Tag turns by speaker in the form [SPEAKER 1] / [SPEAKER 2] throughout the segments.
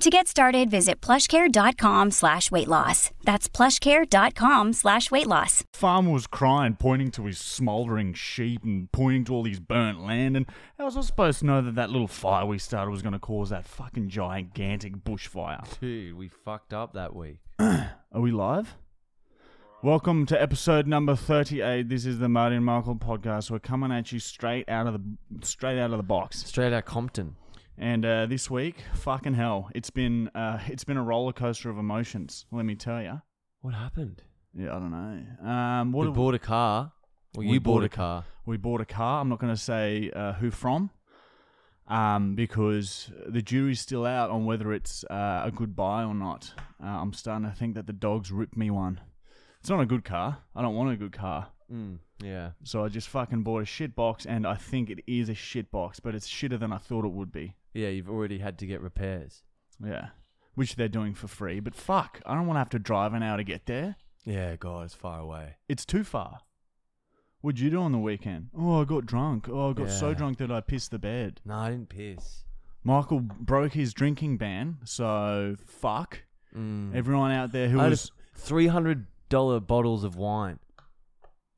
[SPEAKER 1] To get started, visit plushcare.com slash weight loss. That's plushcare.com slash weight loss.
[SPEAKER 2] Farmer was crying, pointing to his smouldering sheep and pointing to all his burnt land. And how was I supposed to know that that little fire we started was going to cause that fucking gigantic bushfire?
[SPEAKER 3] Dude, we fucked up that week.
[SPEAKER 2] Are we live? Welcome to episode number 38. This is the Marty and Michael podcast. We're coming at you straight out of the straight out of the box.
[SPEAKER 3] Straight out Compton.
[SPEAKER 2] And uh, this week, fucking hell, it's been uh, it's been a roller coaster of emotions. Let me tell you.
[SPEAKER 3] What happened?
[SPEAKER 2] Yeah, I don't know. Um, what
[SPEAKER 3] we
[SPEAKER 2] have-
[SPEAKER 3] bought a car. Well,
[SPEAKER 2] We
[SPEAKER 3] you bought,
[SPEAKER 2] bought a
[SPEAKER 3] a car.
[SPEAKER 2] we bought a car. I'm not going to say uh, who from, um, because the jury's still out on whether it's uh, a good buy or not. Uh, I'm starting to think that the dogs ripped me one. It's not a good car. I don't want a good car.
[SPEAKER 3] Mm, yeah.
[SPEAKER 2] So I just fucking bought a shit box, and I think it is a shit box, but it's shitter than I thought it would be.
[SPEAKER 3] Yeah, you've already had to get repairs.
[SPEAKER 2] Yeah. Which they're doing for free, but fuck, I don't want to have to drive an hour to get there.
[SPEAKER 3] Yeah, God, it's far away.
[SPEAKER 2] It's too far. What'd you do on the weekend? Oh, I got drunk. Oh, I got so
[SPEAKER 3] Yeah.
[SPEAKER 2] drunk that I pissed the bed.
[SPEAKER 3] No, I didn't piss.
[SPEAKER 2] Michael broke his drinking ban, so fuck
[SPEAKER 3] Mm.
[SPEAKER 2] everyone out there who
[SPEAKER 3] I had
[SPEAKER 2] was.
[SPEAKER 3] a $300 bottles of wine.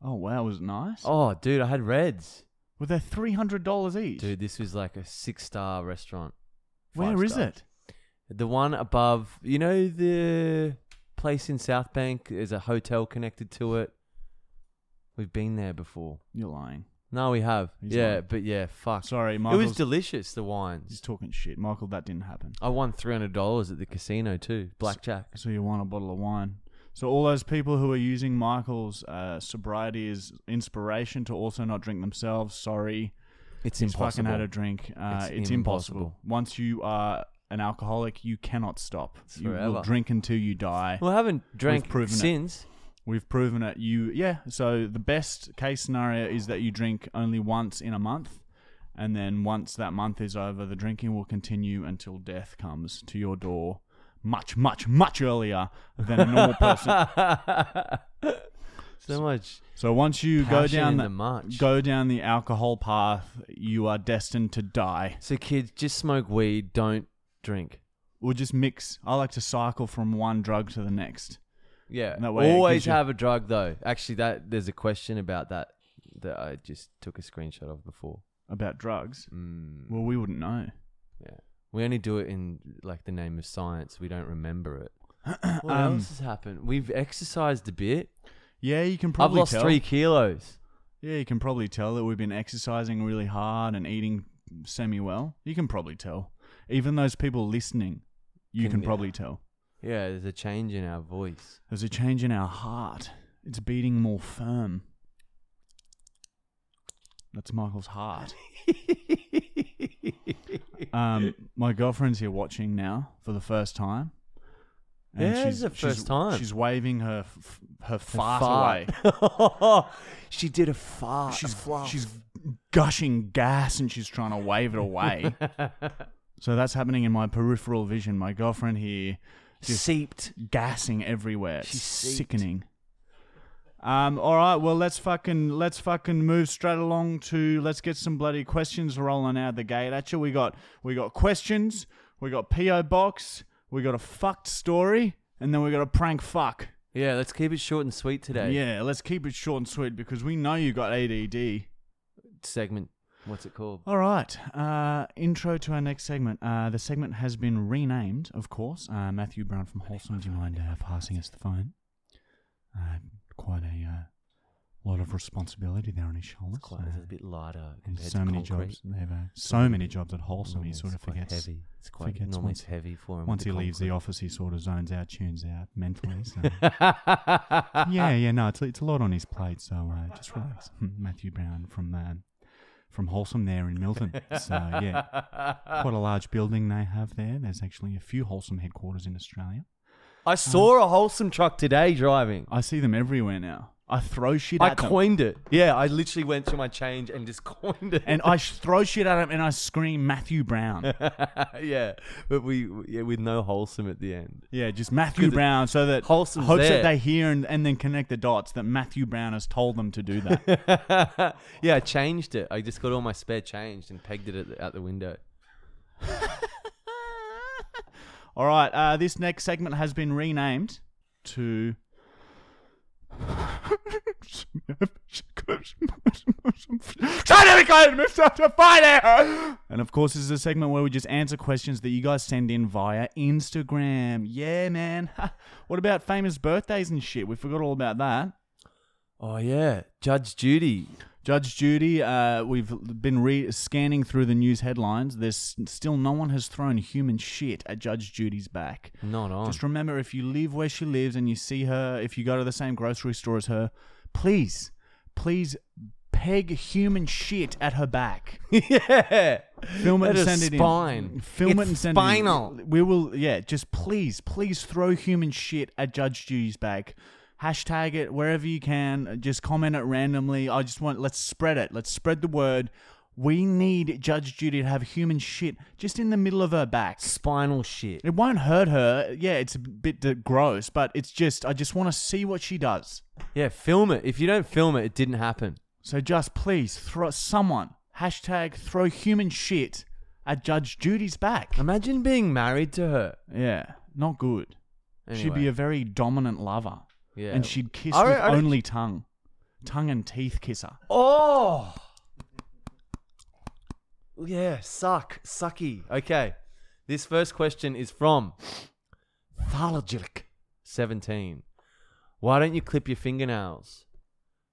[SPEAKER 2] Oh wow, was it nice? Oh.
[SPEAKER 3] Oh, dude, I had reds.
[SPEAKER 2] Were they three hundred dollars each?
[SPEAKER 3] Dude, this was like a six star restaurant.
[SPEAKER 2] where
[SPEAKER 3] five
[SPEAKER 2] is
[SPEAKER 3] star.
[SPEAKER 2] it?
[SPEAKER 3] The one above, you know, the place in South Bank, there's a hotel connected to it. We've been there before.
[SPEAKER 2] You're lying.
[SPEAKER 3] No, we have.
[SPEAKER 2] He's
[SPEAKER 3] yeah,
[SPEAKER 2] lying.
[SPEAKER 3] but yeah, fuck.
[SPEAKER 2] Sorry,
[SPEAKER 3] it was
[SPEAKER 2] Michael's-
[SPEAKER 3] delicious. The
[SPEAKER 2] He's
[SPEAKER 3] wines.
[SPEAKER 2] talking shit, Michael. That didn't happen.
[SPEAKER 3] I won three hundred dollars at the casino too. Blackjack.
[SPEAKER 2] So you want a bottle of wine? So all those people who are using Michael's uh, sobriety as inspiration to also not drink themselves, sorry,
[SPEAKER 3] It's
[SPEAKER 2] he's
[SPEAKER 3] impossible.
[SPEAKER 2] fucking had a drink. Uh, it's
[SPEAKER 3] It's
[SPEAKER 2] impossible.
[SPEAKER 3] impossible.
[SPEAKER 2] Once you are an alcoholic, you cannot stop.
[SPEAKER 3] It's
[SPEAKER 2] You will
[SPEAKER 3] forever.
[SPEAKER 2] drink until you die.
[SPEAKER 3] Well, I haven't drank
[SPEAKER 2] proven it.
[SPEAKER 3] since.
[SPEAKER 2] We've proven it. You, yeah. So the best case scenario is that you drink only once in a month, and then once that month is over, the drinking will continue until death comes to your door, much, much, much earlier than a normal person.
[SPEAKER 3] so much.
[SPEAKER 2] So once you go
[SPEAKER 3] Passion
[SPEAKER 2] down
[SPEAKER 3] in
[SPEAKER 2] the,
[SPEAKER 3] the march.
[SPEAKER 2] go down the alcohol path, you are destined to die.
[SPEAKER 3] So kids, just smoke weed. Don't drink.
[SPEAKER 2] Or just mix. I like to cycle from one drug to the next.
[SPEAKER 3] Yeah.
[SPEAKER 2] That way it gives
[SPEAKER 3] Always
[SPEAKER 2] you-
[SPEAKER 3] have a drug though. Actually, that there's a question about that that I just took a screenshot of before.
[SPEAKER 2] About drugs.
[SPEAKER 3] Mm,
[SPEAKER 2] Well, we wouldn't know.
[SPEAKER 3] yeah. We only do it in like the name of science. We don't remember it. What
[SPEAKER 2] Um,
[SPEAKER 3] else has happened? We've exercised a bit.
[SPEAKER 2] Yeah, you can probably
[SPEAKER 3] I've lost
[SPEAKER 2] tell.
[SPEAKER 3] three kilos.
[SPEAKER 2] Yeah, you can probably tell that we've been exercising really hard and eating semi well. You can probably tell. Even those people listening, you can,
[SPEAKER 3] Can-
[SPEAKER 2] probably tell.
[SPEAKER 3] Yeah, there's a change in our voice.
[SPEAKER 2] There's a change in our heart. It's beating more firm. That's Michael's heart. Um, my girlfriend's here watching now for the first time.
[SPEAKER 3] Yeah, this is the first time.
[SPEAKER 2] She's waving her f- her fart, away.
[SPEAKER 3] away. she did a fart.
[SPEAKER 2] She's she's gushing gas and she's trying to wave it away. So that's happening in my peripheral vision. My girlfriend here just
[SPEAKER 3] seeped.
[SPEAKER 2] gassing everywhere. It's
[SPEAKER 3] She's seeped.
[SPEAKER 2] sickening. Um, all right, well let's fucking let's fucking move straight along to let's get some bloody questions rolling out the gate. Actually, we got we got questions, we got PO box, we got a fucked story, and then we got a prank fuck.
[SPEAKER 3] Yeah, let's keep it short and sweet today.
[SPEAKER 2] Yeah, let's keep it short and sweet because we know you got ADD.
[SPEAKER 3] Segment. What's it called?
[SPEAKER 2] All right. Uh, intro to our next segment. Uh, the segment has been renamed, of course. Uh, Matthew Brown from Wholesome, do you mind uh, passing us the phone? Uh, quite a uh, lot of responsibility there on his shoulders.
[SPEAKER 3] It's quite-
[SPEAKER 2] uh,
[SPEAKER 3] it's a bit lighter
[SPEAKER 2] and
[SPEAKER 3] compared
[SPEAKER 2] so
[SPEAKER 3] to
[SPEAKER 2] many
[SPEAKER 3] concrete.
[SPEAKER 2] jobs. They have, uh, so many jobs at Wholesome.
[SPEAKER 3] Normally
[SPEAKER 2] He sort
[SPEAKER 3] it's
[SPEAKER 2] of
[SPEAKER 3] quite
[SPEAKER 2] forgets.
[SPEAKER 3] Heavy. It's quite
[SPEAKER 2] forgets
[SPEAKER 3] normally
[SPEAKER 2] once-
[SPEAKER 3] it's heavy for him.
[SPEAKER 2] Once he
[SPEAKER 3] the
[SPEAKER 2] leaves the
[SPEAKER 3] concrete.
[SPEAKER 2] office, he sort of zones out, tunes out mentally. So. yeah, yeah, no, it's, it's a lot on his plate, so uh, just relax. Matthew Brown from uh, from Wholesome there in Milton. So yeah, quite a large building they have there. There's actually a few Wholesome headquarters in Australia.
[SPEAKER 3] I saw a wholesome truck today driving.
[SPEAKER 2] I see them everywhere now. I throw shit
[SPEAKER 3] I
[SPEAKER 2] at them.
[SPEAKER 3] coined it.
[SPEAKER 2] Yeah,
[SPEAKER 3] I literally went to my change and just coined it.
[SPEAKER 2] and I sh- throw shit at him and I scream Matthew Brown.
[SPEAKER 3] yeah, but we yeah, with no wholesome at the end.
[SPEAKER 2] Yeah, just Matthew
[SPEAKER 3] Good.
[SPEAKER 2] Brown, so that hopes
[SPEAKER 3] Wholesome's there.
[SPEAKER 2] that they hear and, and then connect the dots that Matthew Brown has told them to do that.
[SPEAKER 3] yeah, I changed it. I just got all my spare change and pegged it at the, out the window.
[SPEAKER 2] All right, uh, this next segment has been renamed to. And of course, this is a segment where we just answer questions that you guys send in via Instagram. Yeah, man. What about famous birthdays and shit? We forgot all about that.
[SPEAKER 3] Oh yeah, Judge Judy.
[SPEAKER 2] Judge Judy, uh, we've been re- scanning through the news headlines. There's still no one has thrown human shit at Judge Judy's back.
[SPEAKER 3] Not on.
[SPEAKER 2] Just remember, if you live where she lives and you see her, if you go to the same grocery store as her, please, please peg human shit at her back.
[SPEAKER 3] yeah.
[SPEAKER 2] Film it
[SPEAKER 3] At
[SPEAKER 2] and
[SPEAKER 3] her
[SPEAKER 2] send it
[SPEAKER 3] spine.
[SPEAKER 2] in. Film it
[SPEAKER 3] It's
[SPEAKER 2] and send
[SPEAKER 3] spinal.
[SPEAKER 2] it in. We will, yeah, just please, please throw human shit at Judge Judy's back. Hashtag it wherever you can. Just comment it randomly. I just want, let's spread it. Let's spread the word. We need Judge Judy to have human shit just in the middle of her back.
[SPEAKER 3] Spinal shit.
[SPEAKER 2] It won't hurt her. Yeah, it's a bit uh, gross, but it's just I just want to see what she does.
[SPEAKER 3] Yeah, film it. If you don't film it, it didn't happen.
[SPEAKER 2] So just please throw someone hashtag throw human shit at Judge Judy's back.
[SPEAKER 3] Imagine being married to her.
[SPEAKER 2] Yeah, not good. She'd be
[SPEAKER 3] Anyway.
[SPEAKER 2] a very dominant lover,
[SPEAKER 3] Yeah.
[SPEAKER 2] and she'd kiss
[SPEAKER 3] I re-
[SPEAKER 2] with
[SPEAKER 3] I re-
[SPEAKER 2] only tongue, tongue and teeth kisser.
[SPEAKER 3] Oh. Yeah, suck, sucky. Okay. This first question is from Thalajilik 17. Why don't you clip your fingernails?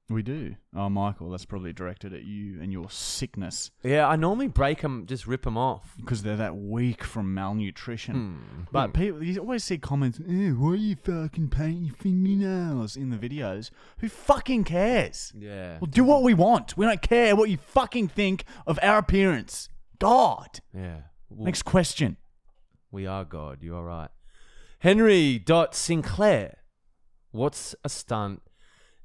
[SPEAKER 2] We do. Oh, Michael, that's probably directed at you and your sickness
[SPEAKER 3] Yeah, I normally break them, just rip them off.
[SPEAKER 2] because they're that weak from malnutrition.
[SPEAKER 3] Hmm.
[SPEAKER 2] But people, you always see comments, "Eh, why you fucking paint your fingernails in the videos? Who fucking cares?
[SPEAKER 3] Yeah.
[SPEAKER 2] We'll do what we want. We don't care what you fucking think of our appearance. God.
[SPEAKER 3] Yeah. Well,
[SPEAKER 2] Next question.
[SPEAKER 3] We are God. You are right. Henry dot Sinclair. What's a stunt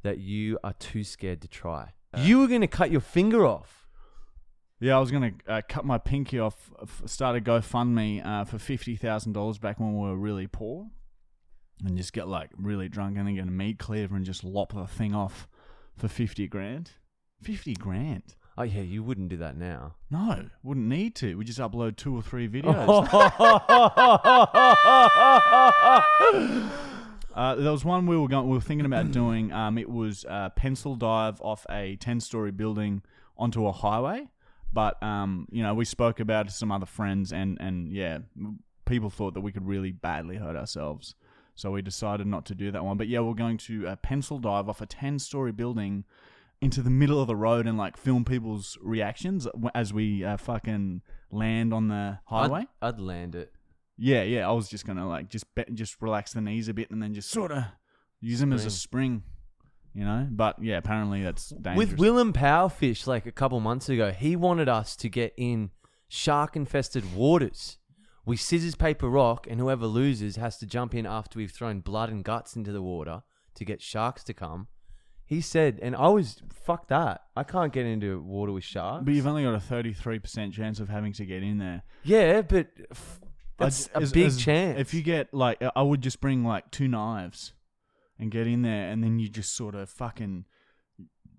[SPEAKER 3] that you are too scared to try? you were going to cut your finger off.
[SPEAKER 2] Yeah, I was gonna uh, cut my pinky off. f- Start a GoFundMe uh, for fifty thousand dollars back when we were really poor, and just get like really drunk and then get a meat cleaver and just lop the thing off for fifty grand. Fifty grand.
[SPEAKER 3] Oh yeah, you wouldn't do that now.
[SPEAKER 2] No, wouldn't need to. We just upload two or three videos.
[SPEAKER 3] yeah,
[SPEAKER 2] uh, there was one we were going, we were thinking about doing. Um, it was a pencil dive off a ten-story building onto a highway. But um, you know, we spoke about it to some other friends, and and yeah, m- people thought that we could really badly hurt ourselves. So we decided not to do that one. But yeah, we're going to uh, pencil dive off a ten-story building into the middle of the road and like film people's reactions w- as we uh, fucking land on the highway.
[SPEAKER 3] I'd, I'd land it.
[SPEAKER 2] Yeah, yeah. I was just gonna like just be- just relax the knees a bit and then just sort of use them as a spring, you know. But yeah, apparently that's dangerous.
[SPEAKER 3] With Willem Powerfish, like a couple months ago, he wanted us to get in shark-infested waters. We scissors, paper, rock, and whoever loses has to jump in after we've thrown blood and guts into the water to get sharks to come. He said, and I was fuck that. I can't get into water with sharks.
[SPEAKER 2] but you've only got a thirty-three percent chance of having to get in there.
[SPEAKER 3] yeah, but f-
[SPEAKER 2] I'd-
[SPEAKER 3] that's a
[SPEAKER 2] as-
[SPEAKER 3] big
[SPEAKER 2] as-
[SPEAKER 3] chance.
[SPEAKER 2] If you get like, I would just bring like two knives and get in there, and then you just sort of fucking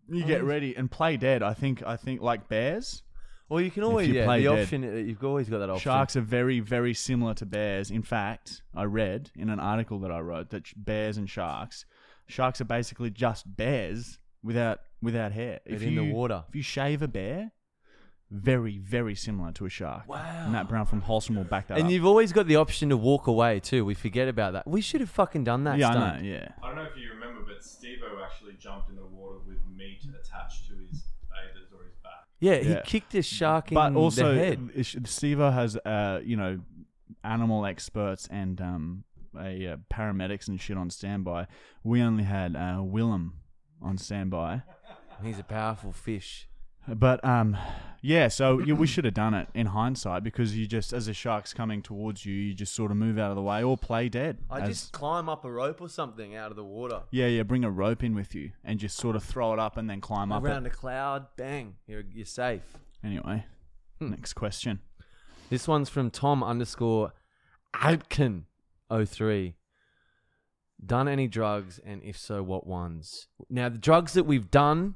[SPEAKER 2] you get ready and play dead. I think I think like bears.
[SPEAKER 3] well, you can always
[SPEAKER 2] you
[SPEAKER 3] yeah,
[SPEAKER 2] play
[SPEAKER 3] the
[SPEAKER 2] dead.
[SPEAKER 3] option uh, you've always got that option.
[SPEAKER 2] Sharks are very, very similar to bears. In fact, I read in an article that I wrote that sh- bears and sharks, sharks are basically just bears without without hair.
[SPEAKER 3] But in the water.
[SPEAKER 2] if you shave a bear, very, very similar to a shark.
[SPEAKER 3] Wow.
[SPEAKER 2] Matt Brown from Wholesome will back that
[SPEAKER 3] And
[SPEAKER 2] up.
[SPEAKER 3] you've always got the option to walk away too. We forget about that. We should have fucking done that.
[SPEAKER 2] yeah,
[SPEAKER 3] stunt.
[SPEAKER 2] I know. Yeah,
[SPEAKER 4] I don't know if you remember, but Steve-O actually jumped in the water with meat attached to his bathers or his back.
[SPEAKER 3] Yeah,
[SPEAKER 2] Yeah.
[SPEAKER 3] he kicked a shark in
[SPEAKER 2] but also
[SPEAKER 3] the head.
[SPEAKER 2] uh, sh- Steve-O has uh, you know, animal experts and um, a uh, paramedics and shit on standby. We only had uh, Willem on standby.
[SPEAKER 3] He's a powerful fish.
[SPEAKER 2] But um, yeah, so yeah, we should have done it in hindsight because you just, as a shark's coming towards you, you just sort of move out of the way or play dead.
[SPEAKER 3] I
[SPEAKER 2] as-
[SPEAKER 3] just climb up a rope or something out of the water.
[SPEAKER 2] yeah, yeah, bring a rope in with you and just sort of throw it up and then climb up
[SPEAKER 3] Around
[SPEAKER 2] it.
[SPEAKER 3] a cloud, bang, you're, you're safe.
[SPEAKER 2] Anyway,
[SPEAKER 3] Hmm.
[SPEAKER 2] next question.
[SPEAKER 3] This one's from Tom underscore Adkin 03. Done any drugs, and if so, what ones? Now, the drugs that we've done,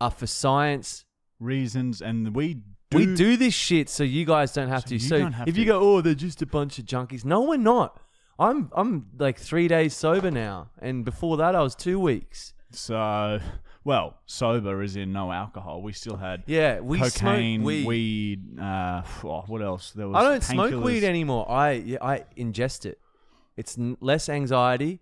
[SPEAKER 3] are for science.
[SPEAKER 2] Reasons, and we do.
[SPEAKER 3] we do this shit so you guys don't have
[SPEAKER 2] So
[SPEAKER 3] to.
[SPEAKER 2] you
[SPEAKER 3] so
[SPEAKER 2] don't have
[SPEAKER 3] if
[SPEAKER 2] to.
[SPEAKER 3] you go, oh, they're just a bunch of junkies. No, we're not. I'm I'm like three days sober now, and before that I was two weeks.
[SPEAKER 2] So, well, sober is in no alcohol. We still had
[SPEAKER 3] Yeah, we smoke
[SPEAKER 2] cocaine,
[SPEAKER 3] weed.
[SPEAKER 2] weed, uh, oh, what else? There was
[SPEAKER 3] I don't smoke
[SPEAKER 2] painkillers.
[SPEAKER 3] weed anymore. I yeah, I ingest it. It's n- less anxiety.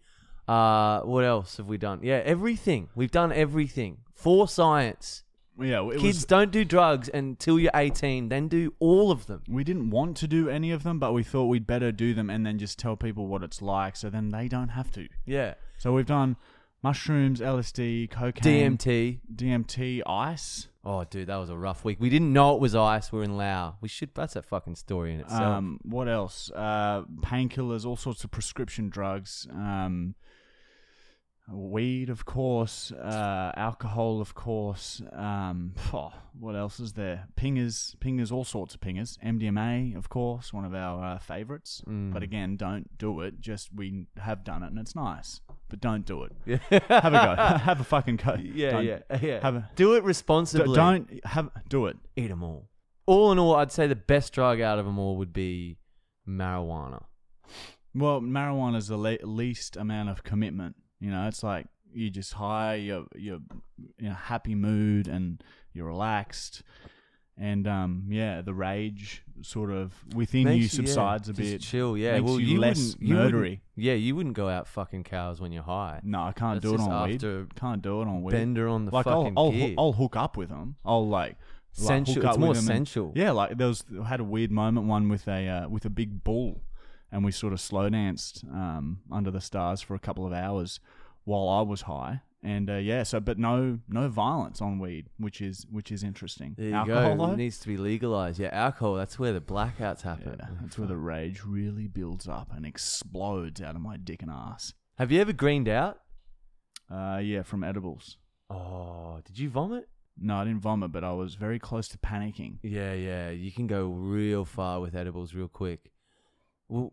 [SPEAKER 3] Uh, what else have we done? Yeah, everything. We've done everything for science.
[SPEAKER 2] Yeah, it
[SPEAKER 3] Kids
[SPEAKER 2] was,
[SPEAKER 3] don't do drugs until you're 18, then do all of them.
[SPEAKER 2] we didn't want to do any of them, but we thought we'd better do them and then just tell people what it's like, so then they don't have to.
[SPEAKER 3] Yeah.
[SPEAKER 2] So we've done mushrooms, LSD, cocaine,
[SPEAKER 3] DMT.
[SPEAKER 2] DMT, ice.
[SPEAKER 3] Oh, dude, that was a rough week. We didn't know it was ice. We were in Laos. We should. That's a fucking story in itself.
[SPEAKER 2] Um, what else? Uh, painkillers, all sorts of prescription drugs. Um, weed, of course. Uh, alcohol, of course. Um, phew, what else is there? Pingers, pingers, all sorts of pingers. MDMA, of course, one of our uh, favorites.
[SPEAKER 3] Mm.
[SPEAKER 2] But again, don't do it. Just we have done it, and it's nice. But don't do it. Yeah. have a go. have a fucking go.
[SPEAKER 3] yeah,
[SPEAKER 2] Don't-
[SPEAKER 3] yeah, yeah.
[SPEAKER 2] Have a,
[SPEAKER 3] do it
[SPEAKER 2] d-
[SPEAKER 3] responsibly.
[SPEAKER 2] don't have do it.
[SPEAKER 3] eat them all. All in all, I'd say the best drug out of them all would be marijuana.
[SPEAKER 2] Well, marijuana is the le- least amount of commitment. You know, it's like you just high, you're you're in a happy mood, and you're relaxed, and um, yeah, the rage sort of within you
[SPEAKER 3] Makes yeah,
[SPEAKER 2] subsides a
[SPEAKER 3] just
[SPEAKER 2] bit.
[SPEAKER 3] Chill, yeah.
[SPEAKER 2] makes
[SPEAKER 3] well,
[SPEAKER 2] you, less
[SPEAKER 3] wouldn't- you wouldn't-
[SPEAKER 2] murdery.
[SPEAKER 3] yeah, you wouldn't go out fucking cows when you're high.
[SPEAKER 2] No, I can't
[SPEAKER 3] That's
[SPEAKER 2] do it
[SPEAKER 3] just
[SPEAKER 2] on
[SPEAKER 3] after
[SPEAKER 2] weed. Can't do it on weed.
[SPEAKER 3] bender on the
[SPEAKER 2] like I'll
[SPEAKER 3] fucking
[SPEAKER 2] I'll,
[SPEAKER 3] gear.
[SPEAKER 2] I'll hook up with them. I'll like. like,
[SPEAKER 3] Sensual-
[SPEAKER 2] hook up
[SPEAKER 3] it's
[SPEAKER 2] with
[SPEAKER 3] more
[SPEAKER 2] 'em and-
[SPEAKER 3] sensual.
[SPEAKER 2] yeah, like there was I had a weird moment one with a uh, with a big bull, and we sort of slow danced um, under the stars for a couple of hours while I was high. And uh, yeah, so but no no violence on weed, which is which is interesting.
[SPEAKER 3] There you
[SPEAKER 2] Alcohol
[SPEAKER 3] go.
[SPEAKER 2] though?
[SPEAKER 3] It needs to be legalized. Yeah, alcohol. That's where the blackouts
[SPEAKER 2] yeah,
[SPEAKER 3] happen.
[SPEAKER 2] that's where the rage really builds up and explodes out of my dick and ass.
[SPEAKER 3] Have you ever greened out?
[SPEAKER 2] Uh, yeah, from edibles.
[SPEAKER 3] Oh, did you vomit?
[SPEAKER 2] No, I didn't vomit, but I was very close to panicking.
[SPEAKER 3] Yeah, yeah. You can go real far with edibles real quick. Well,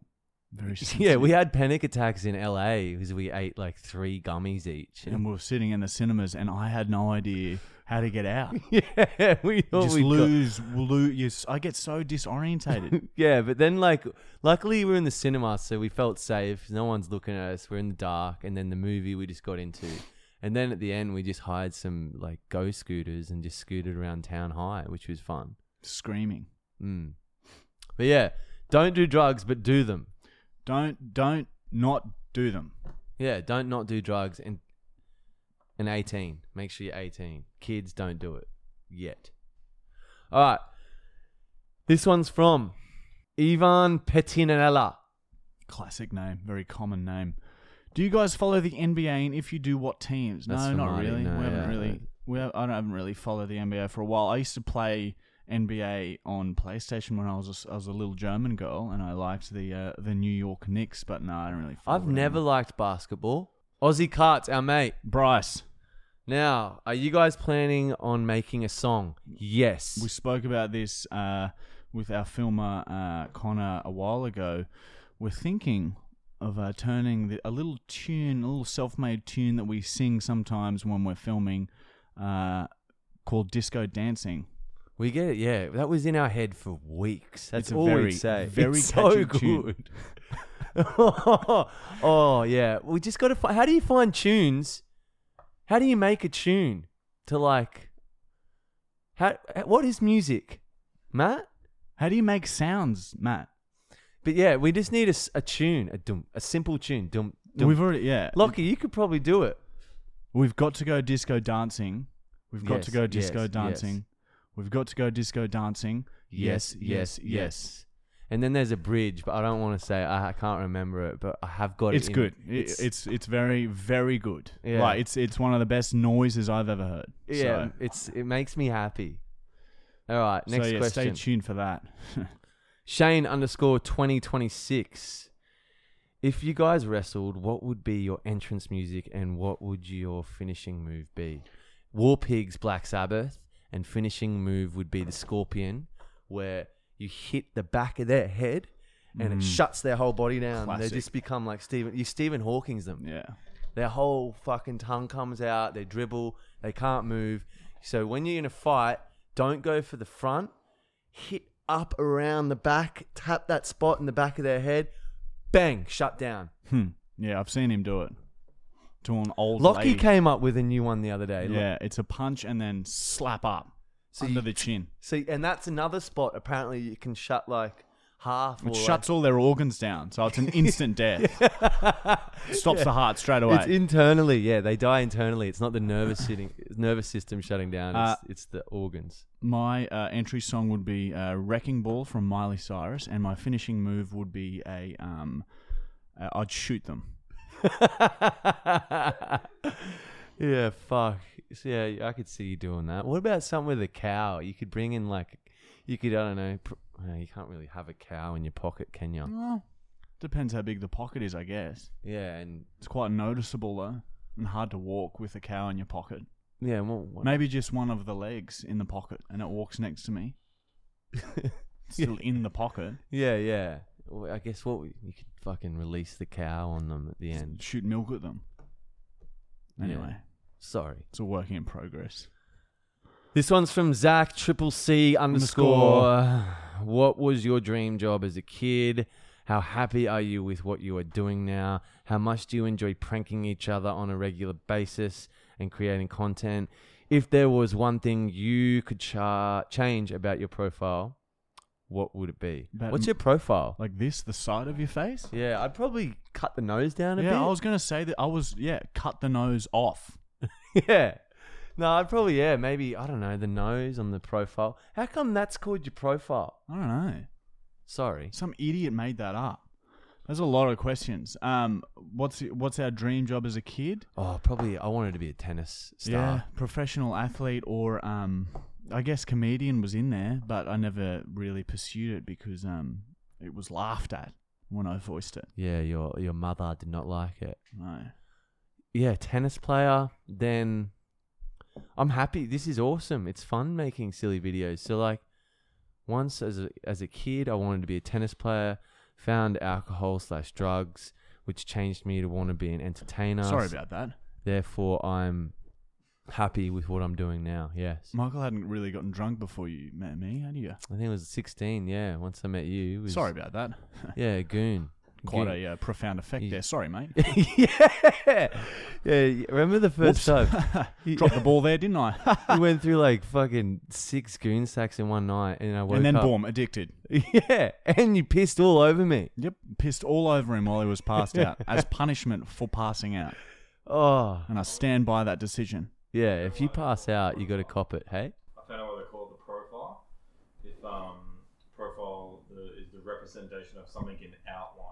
[SPEAKER 2] Very
[SPEAKER 3] yeah,
[SPEAKER 2] sensitive.
[SPEAKER 3] we had panic attacks in LA because we ate like three gummies each.
[SPEAKER 2] and we were sitting in the cinemas, and I had no idea how to get out.
[SPEAKER 3] yeah, we thought
[SPEAKER 2] just
[SPEAKER 3] we got-
[SPEAKER 2] lose, lose. You, s- I get so disorientated.
[SPEAKER 3] yeah, but then like, luckily we were in the cinema, so we felt safe. No one's looking at us. We're in the dark, and then the movie we just got into, and then at the end we just hired some like go scooters and just scooted around town high, which was fun.
[SPEAKER 2] Screaming.
[SPEAKER 3] Mm. But yeah, don't do drugs, but do them.
[SPEAKER 2] Don't, don't, not do them.
[SPEAKER 3] Yeah, don't not do drugs and and 18. Make sure you're 18. Kids don't do it yet. All right. This one's from Ivan Petinella.
[SPEAKER 2] Classic name, very common name. Do you guys follow the NBA? And if you do, what teams?
[SPEAKER 3] That's
[SPEAKER 2] no,
[SPEAKER 3] for
[SPEAKER 2] not
[SPEAKER 3] Marty,
[SPEAKER 2] really.
[SPEAKER 3] no,
[SPEAKER 2] we haven't
[SPEAKER 3] yeah.
[SPEAKER 2] really. We have, I don't, haven't really followed the NBA for a while. I used to play NBA on PlayStation when I was a s I was a little German girl, and I liked the uh, the New York Knicks. But no, I don't really. Follow
[SPEAKER 3] I've
[SPEAKER 2] it
[SPEAKER 3] never
[SPEAKER 2] anymore.
[SPEAKER 3] liked basketball. Aussie Carts, our mate.
[SPEAKER 2] Bryce.
[SPEAKER 3] Now, are you guys planning on making a song? Yes.
[SPEAKER 2] We spoke about this uh, with our filmer uh, Connor a while ago. We're thinking of uh, turning the, a little tune, a little self-made tune that we sing sometimes when we're filming, uh, called "Disco Dancing."
[SPEAKER 3] We get it. Yeah, that was in our head for weeks. That's
[SPEAKER 2] It's a
[SPEAKER 3] all
[SPEAKER 2] very-
[SPEAKER 3] we say.
[SPEAKER 2] very
[SPEAKER 3] it's so
[SPEAKER 2] catchy tune.
[SPEAKER 3] good. oh yeah, we just got to. Fi- How do you find tunes? How do you make a tune to like How, what is music, Matt?
[SPEAKER 2] How do you make sounds, Matt?
[SPEAKER 3] But yeah, we just need a, s- a tune, a dum, a simple tune. Dum, dum.
[SPEAKER 2] We've already yeah.
[SPEAKER 3] Lockie, you could probably do it.
[SPEAKER 2] We've got to go disco dancing. We've got
[SPEAKER 3] Yes,
[SPEAKER 2] to go disco
[SPEAKER 3] yes, yes.
[SPEAKER 2] dancing. We've got to go disco dancing. Yes, yes, yes.
[SPEAKER 3] And then there's a bridge, but I don't want to say I I can't remember it, but I have got
[SPEAKER 2] It's
[SPEAKER 3] it. in-
[SPEAKER 2] good. I- It's, it's very very good.
[SPEAKER 3] Yeah.
[SPEAKER 2] Like it's it's one of the best noises I've ever heard.
[SPEAKER 3] yeah.
[SPEAKER 2] So-
[SPEAKER 3] It's it makes me happy. All right,
[SPEAKER 2] so,
[SPEAKER 3] next
[SPEAKER 2] yeah,
[SPEAKER 3] question.
[SPEAKER 2] Stay tuned for that.
[SPEAKER 3] Shane underscore twenty twenty six. If you guys wrestled, what would be your entrance music and what would your finishing move be? War Pigs, Black Sabbath, and finishing move would be the Scorpion, where you hit the back of their head and it shuts their whole body down.
[SPEAKER 2] Mm. Classic.
[SPEAKER 3] They just become like Stephen. You Stephen Hawking's them.
[SPEAKER 2] yeah.
[SPEAKER 3] Their whole fucking tongue comes out. They dribble. They can't move. So when you're in a fight, don't go for the front. Hit up around the back. Tap that spot in the back of their head. Bang! Shut down.
[SPEAKER 2] Hmm. Yeah, I've seen him do it to an old
[SPEAKER 3] Lockie
[SPEAKER 2] lady.
[SPEAKER 3] came up with a new one the other day. Look-
[SPEAKER 2] Yeah, it's a punch and then slap up
[SPEAKER 3] So
[SPEAKER 2] under
[SPEAKER 3] you-
[SPEAKER 2] the chin.
[SPEAKER 3] See, and that's another spot. Apparently, you can shut like half.
[SPEAKER 2] It
[SPEAKER 3] or
[SPEAKER 2] shuts all their organs down, so it's an instant death. Stops the heart straight away.
[SPEAKER 3] It's internally, yeah. They die internally. It's not the nervous sitting, nervous system shutting down.
[SPEAKER 2] Uh,
[SPEAKER 3] It's, it's the organs.
[SPEAKER 2] my uh, entry song would be uh, "Wrecking Ball" from Miley Cyrus, and my finishing move would be a um, uh, I'd shoot them.
[SPEAKER 3] yeah, fuck. So, yeah, I could see you doing that. What about something with a cow? You could bring in like, you could I don't know. Pr- uh, you can't really have a cow in your pocket, can you?
[SPEAKER 2] Depends how big the pocket is, I guess.
[SPEAKER 3] Yeah, and
[SPEAKER 2] It's quite noticeable though, and hard to walk with a cow in your pocket.
[SPEAKER 3] yeah, well, what-
[SPEAKER 2] Maybe just one of the legs in the pocket, and it walks next to me. Still in the pocket.
[SPEAKER 3] yeah, yeah. Well, I guess what we, you could fucking release the cow on them at the end.
[SPEAKER 2] Shoot milk at them.
[SPEAKER 3] Yeah.
[SPEAKER 2] Anyway,
[SPEAKER 3] Sorry.
[SPEAKER 2] it's a work in progress.
[SPEAKER 3] This one's from Zach Triple C underscore. What was your dream job as a kid? How happy are you with what you are doing now? How much do you enjoy pranking each other on a regular basis and creating content? If there was one thing you could cha- change about your profile, what would it be?
[SPEAKER 2] About
[SPEAKER 3] What's
[SPEAKER 2] m-
[SPEAKER 3] your profile?
[SPEAKER 2] Like this, the side of your face.
[SPEAKER 3] yeah, I'd probably cut the nose down a
[SPEAKER 2] yeah,
[SPEAKER 3] bit.
[SPEAKER 2] I was gonna say that I was yeah, cut the nose off.
[SPEAKER 3] yeah. No, I'd probably, yeah, maybe, I don't know, the nose on the profile. How come that's called your profile?
[SPEAKER 2] I don't know.
[SPEAKER 3] Sorry.
[SPEAKER 2] Some idiot made that up. There's a lot of questions. Um, what's what's our dream job as a kid?
[SPEAKER 3] Oh, probably I wanted to be a tennis star.
[SPEAKER 2] professional athlete or um, I guess comedian was in there, but I never really pursued it because um, it was laughed at when I voiced it.
[SPEAKER 3] Yeah, your your mother did not like it.
[SPEAKER 2] No,
[SPEAKER 3] Yeah, tennis player. Then I'm happy. This is awesome. It's fun making silly videos. So like once as a, as a kid, I wanted to be a tennis player. Found alcohol slash drugs, which changed me to want to be an entertainer.
[SPEAKER 2] sorry about that.
[SPEAKER 3] Therefore, I'm happy with what I'm doing now. Yes.
[SPEAKER 2] Michael hadn't really gotten drunk before you met me, had you?
[SPEAKER 3] I think it was 16. Yeah. Once I met you. it was-
[SPEAKER 2] Sorry about that.
[SPEAKER 3] Yeah, goon.
[SPEAKER 2] Quite
[SPEAKER 3] Goon.
[SPEAKER 2] a uh, profound effect
[SPEAKER 3] You-
[SPEAKER 2] there. Sorry, mate.
[SPEAKER 3] yeah. Yeah. you- Remember the first time You-
[SPEAKER 2] Dropped the ball there, didn't I?
[SPEAKER 3] you went through like fucking six goon sacks in one night and I woke
[SPEAKER 2] and then
[SPEAKER 3] up.
[SPEAKER 2] boom, addicted.
[SPEAKER 3] Yeah. And you pissed all over me.
[SPEAKER 2] Yep, pissed all over him while he was passed out as punishment for passing out.
[SPEAKER 3] Oh.
[SPEAKER 2] And I stand by that decision.
[SPEAKER 3] Yeah. If you pass out, you got to cop it. Hey?
[SPEAKER 4] I found out what they call the profile. If um, profile the, is the representation of something in outline.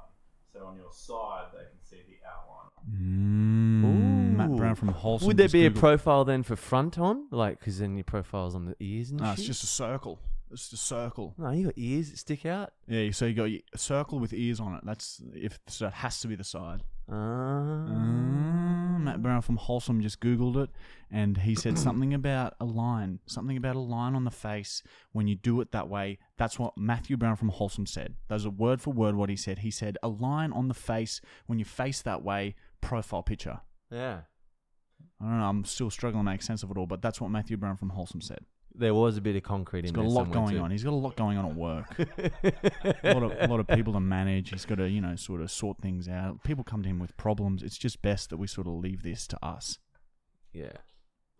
[SPEAKER 4] So on your side, they can see the outline.
[SPEAKER 2] Mm, Matt
[SPEAKER 3] Ooh.
[SPEAKER 2] Brown from Wholesome.
[SPEAKER 3] Mm. Would there
[SPEAKER 2] just
[SPEAKER 3] be a
[SPEAKER 2] Googled-
[SPEAKER 3] profile then for front on? Like, because then your profile's on the ears and
[SPEAKER 2] No,
[SPEAKER 3] shit.
[SPEAKER 2] Ah, it's just a circle. It's just a circle.
[SPEAKER 3] No, you got ears that stick out.
[SPEAKER 2] Yeah, so you got y- a circle with ears on it. That's if so it has to be the side.
[SPEAKER 3] Uh,
[SPEAKER 2] Mm, Matt Brown from Wholesome just Googled it, and he said something about a line, something about a line on the face. When you do it that way, that's what Matthew Brown from Wholesome said. Those are word for word what he said. He said a line on the face when you face that way, profile picture.
[SPEAKER 3] yeah.
[SPEAKER 2] I don't know. I'm still struggling to make sense of it all, but that's what Matthew Brown from Wholesome said.
[SPEAKER 3] There was a bit of concrete
[SPEAKER 2] He's
[SPEAKER 3] in
[SPEAKER 2] got
[SPEAKER 3] there.
[SPEAKER 2] a lot
[SPEAKER 3] somewhere
[SPEAKER 2] going
[SPEAKER 3] too.
[SPEAKER 2] on. He's got a lot going on at work. a, lot of, a lot of people to manage. He's got to, you know, sort of sort things out. People come to him with problems. It's just best that we sort of leave this to us.
[SPEAKER 3] Yeah.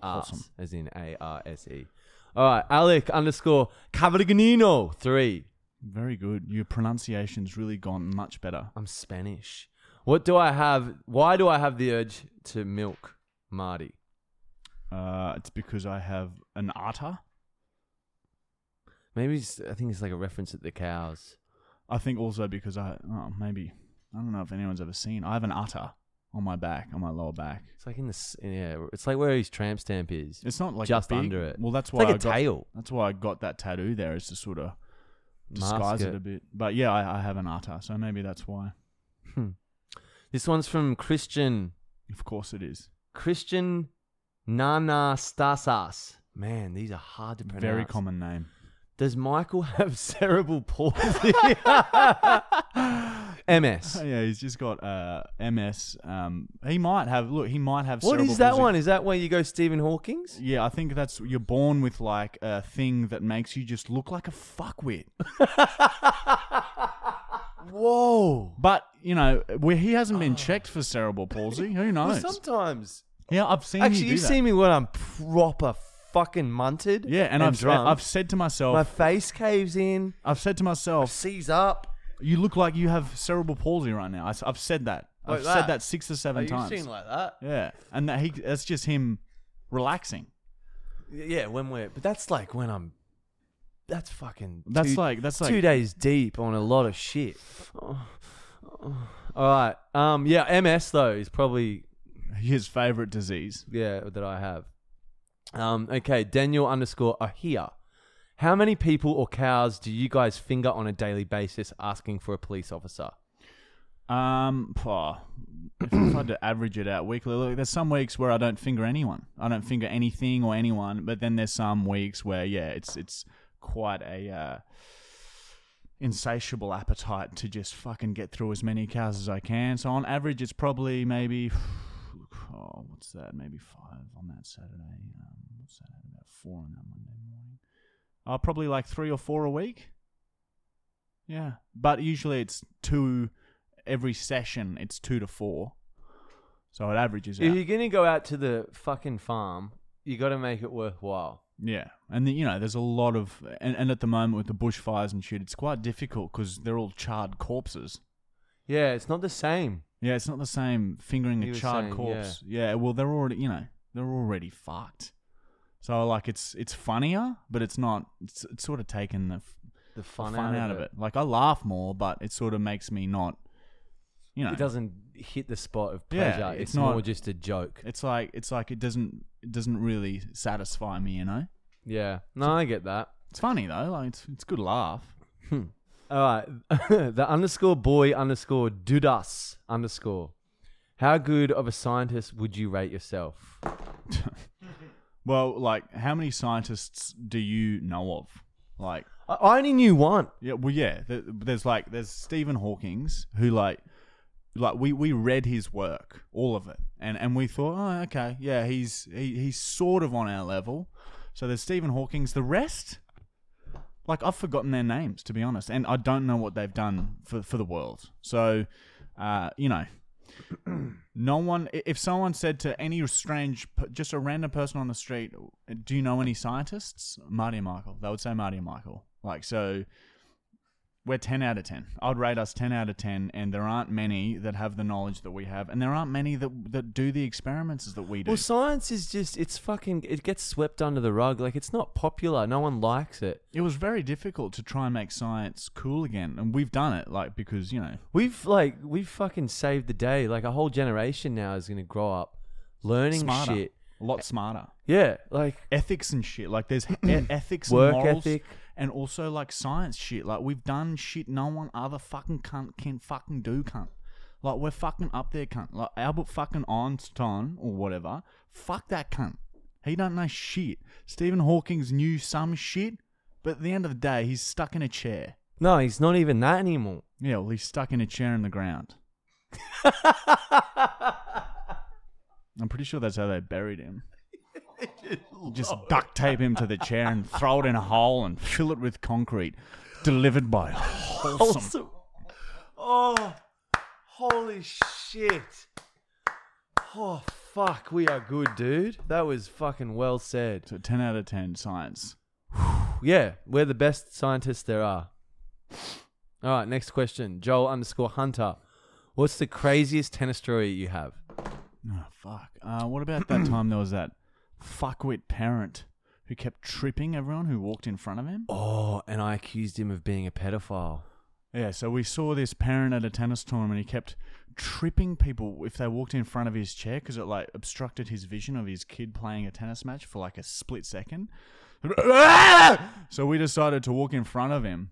[SPEAKER 2] Awesome.
[SPEAKER 3] Arse, as in A R S E. All right, Alec underscore Cavagnino three.
[SPEAKER 2] Very good. Your pronunciation's really gone much better.
[SPEAKER 3] I'm Spanish. What do I have? Why do I have the urge to milk Marty?
[SPEAKER 2] Uh, it's because I have an arta.
[SPEAKER 3] Maybe it's, I think it's like a reference at the cows.
[SPEAKER 2] I think also because I, oh, maybe, I don't know if anyone's ever seen. I have an arta on my back, on my lower back.
[SPEAKER 3] It's like in the s- yeah. It's like where his tramp stamp is.
[SPEAKER 2] It's not like
[SPEAKER 3] just
[SPEAKER 2] big-
[SPEAKER 3] under it.
[SPEAKER 2] Well, that's
[SPEAKER 3] It's
[SPEAKER 2] why
[SPEAKER 3] like
[SPEAKER 2] I
[SPEAKER 3] a
[SPEAKER 2] got,
[SPEAKER 3] tail.
[SPEAKER 2] That's why I got that tattoo there is to sort of
[SPEAKER 3] Mask
[SPEAKER 2] disguise it.
[SPEAKER 3] it.
[SPEAKER 2] a bit. But yeah, I, I have an arta, so maybe that's why.
[SPEAKER 3] This one's from Christian
[SPEAKER 2] Of course, it is
[SPEAKER 3] Christian Nana Stasas. Man, these are hard to pronounce.
[SPEAKER 2] very common name.
[SPEAKER 3] Does Michael have cerebral palsy? MS.
[SPEAKER 2] yeah, he's just got uh, MS. Um, he might have. Look, he might have.
[SPEAKER 3] What
[SPEAKER 2] cerebral
[SPEAKER 3] is that
[SPEAKER 2] palsy.
[SPEAKER 3] one? Is that where you go Stephen Hawking's?
[SPEAKER 2] Yeah, I think that's you're born with like a thing that makes you just look like a fuckwit.
[SPEAKER 3] Whoa.
[SPEAKER 2] But you know, where he hasn't been checked for cerebral palsy, who
[SPEAKER 3] Ah. Well,
[SPEAKER 2] knows?
[SPEAKER 3] sometimes.
[SPEAKER 2] yeah, I've seen
[SPEAKER 3] Actually,
[SPEAKER 2] you
[SPEAKER 3] you
[SPEAKER 2] do
[SPEAKER 3] have
[SPEAKER 2] that.
[SPEAKER 3] seen me when I'm proper fucking munted.
[SPEAKER 2] yeah, and, I've
[SPEAKER 3] drunk.
[SPEAKER 2] I've said to myself,
[SPEAKER 3] My face caves in,
[SPEAKER 2] I've said to myself,
[SPEAKER 3] sees up.
[SPEAKER 2] you look like you have cerebral palsy right now. I, have said that.
[SPEAKER 3] Like
[SPEAKER 2] I've
[SPEAKER 3] that.
[SPEAKER 2] said that six or seven
[SPEAKER 3] Oh,
[SPEAKER 2] times.
[SPEAKER 3] You've seen like that.
[SPEAKER 2] yeah, and that he that's just him relaxing.
[SPEAKER 3] Yeah, when we're but that's like when I'm that's fucking
[SPEAKER 2] That's
[SPEAKER 3] two-
[SPEAKER 2] like- that's
[SPEAKER 3] two
[SPEAKER 2] like-
[SPEAKER 3] days deep on a lot of shit. All right. Um yeah, MS though is probably
[SPEAKER 2] His favorite disease.
[SPEAKER 3] yeah, that I have. Um okay, Daniel underscore Ahia. How many people or cows do you guys finger on a daily basis asking for a police officer?
[SPEAKER 2] Um, pah, if I had to average it out weekly, look, there's some weeks where I don't finger anyone. I don't finger anything or anyone, but then there's some weeks where yeah, it's it's quite a uh, insatiable appetite to just fucking get through as many cows as I can. So on average, it's probably maybe oh, what's that? Maybe five on that Saturday. Um, what's that? About four on that Monday morning. Uh, probably like three or four a week. Yeah, but usually it's two every session. It's two to four, so it averages out.
[SPEAKER 3] If you're gonna go out to the fucking farm, you gotta make it worthwhile.
[SPEAKER 2] yeah, and the, you know, there's a lot of and, and at the moment with the bushfires and shit, it's quite difficult because they're all charred corpses.
[SPEAKER 3] Yeah, it's not the same.
[SPEAKER 2] Yeah, it's not the same fingering
[SPEAKER 3] You
[SPEAKER 2] a
[SPEAKER 3] were
[SPEAKER 2] charred
[SPEAKER 3] saying,
[SPEAKER 2] corpse. Yeah. well, they're already you know they're already fucked. So like it's it's funnier, but it's not. It's, it's sort of taken the f-
[SPEAKER 3] The
[SPEAKER 2] the
[SPEAKER 3] fun,
[SPEAKER 2] out, of it. Like I laugh more, but it sort of makes me not. You know,
[SPEAKER 3] it doesn't hit the spot of
[SPEAKER 2] Yeah,
[SPEAKER 3] pleasure. it's,
[SPEAKER 2] it's
[SPEAKER 3] more
[SPEAKER 2] not-
[SPEAKER 3] just a joke.
[SPEAKER 2] It's like it's like it doesn't it doesn't really satisfy me, you know.
[SPEAKER 3] Yeah. No, I get that.
[SPEAKER 2] It's funny though, like it's it's a good laugh.
[SPEAKER 3] All right. the underscore boy underscore dudas underscore. How good of a scientist would you rate yourself?
[SPEAKER 2] Well, like how many scientists do you know of? Like
[SPEAKER 3] I, I only knew one.
[SPEAKER 2] yeah, well yeah, there, there's like there's Stephen Hawking's who like like we we read his work, all of it. And and we thought, "Oh, okay. Yeah, he's he, he's sort of on our level." So there's Stephen Hawking's the rest like I've forgotten their names to be honest, and I don't know what they've done for for the world. So, uh, you know, no one. i- If someone said to any strange, p- just a random person on the street, "Do you know any scientists?" Marty and Michael, they would say Marty and Michael. Like so, we're ten out of ten. I'd rate us ten out of ten, and there aren't many that have the knowledge that we have, and there aren't many that that do the experiments that we do.
[SPEAKER 3] Well, science is just, it's fucking, it gets swept under the rug. Like, it's not popular. No one likes it.
[SPEAKER 2] it was very difficult to try and make science cool again, and we've done it, like because you know.
[SPEAKER 3] We've, like, we've fucking saved the day. Like, a whole generation now is going to grow up learning
[SPEAKER 2] smarter,
[SPEAKER 3] shit.
[SPEAKER 2] a lot smarter.
[SPEAKER 3] Yeah. Like,
[SPEAKER 2] Ethics and shit. Like there's e- ethics,
[SPEAKER 3] Work
[SPEAKER 2] and morals,
[SPEAKER 3] ethic.
[SPEAKER 2] and also like science shit. Like we've done shit no one other fucking cunt can fucking do, cunt. Like we're fucking up there, cunt. Like Albert fucking Einstein or whatever. Fuck that cunt. He don't know shit. Stephen Hawking's knew some shit, but at the end of the day, he's stuck in a chair.
[SPEAKER 3] no, he's not even that anymore.
[SPEAKER 2] Yeah, well, he's stuck in a chair in the ground. I'm pretty sure that's how they buried him. Just duct tape him to the chair and throw it in a hole and fill it with concrete. Delivered by Wholesome.
[SPEAKER 3] Oh, holy shit. Oh, fuck. We are good, dude. That was fucking well said.
[SPEAKER 2] So 10 out of 10 science.
[SPEAKER 3] yeah, we're the best scientists there are. All right, next question. Joel underscore Hunter. What's the craziest tennis story you have?
[SPEAKER 2] Oh, fuck. Uh, what about that time there was that fuckwit parent who kept tripping everyone who walked in front of him?
[SPEAKER 3] Oh, and I accused him of being a pedophile.
[SPEAKER 2] Yeah, so we saw this parent at a tennis tournament. He kept tripping people if they walked in front of his chair because it like obstructed his vision of his kid playing a tennis match for like a split second. so we decided to walk in front of him,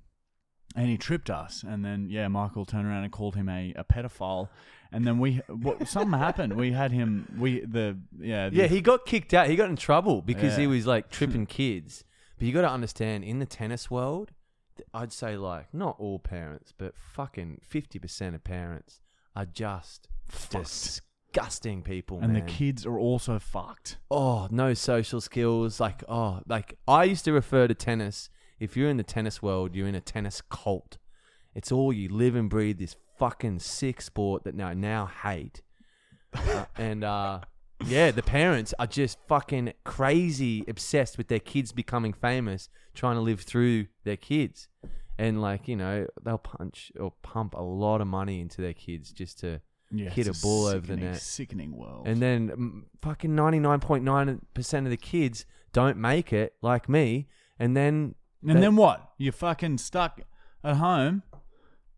[SPEAKER 2] and he tripped us. And then yeah, Michael turned around and called him a, a pedophile. And then we what something happened. We had him. We the yeah the,
[SPEAKER 3] Yeah, he got kicked out. He got in trouble because he
[SPEAKER 2] Yeah.
[SPEAKER 3] was like tripping kids. But you got to understand, in the tennis world, th- I'd say like not all parents, but fucking fifty percent of parents are just disgusting people.
[SPEAKER 2] and
[SPEAKER 3] man.
[SPEAKER 2] the kids are also fucked.
[SPEAKER 3] oh no social skills like oh like i used to refer to tennis if you're in the tennis world you're in a tennis cult it's all you live and breathe this fucking sick sport that now now hate Uh, and uh yeah the parents are just fucking crazy obsessed with their kids becoming famous trying to live through their kids and like you know they'll punch or pump a lot of money into their kids just to
[SPEAKER 2] Yeah,
[SPEAKER 3] hit a
[SPEAKER 2] it's
[SPEAKER 3] ball over the
[SPEAKER 2] sickening,
[SPEAKER 3] net
[SPEAKER 2] Sickening world.
[SPEAKER 3] and then mm, fucking 99.9% of the kids don't make it, like me. And then,
[SPEAKER 2] and then what? You're fucking stuck at home.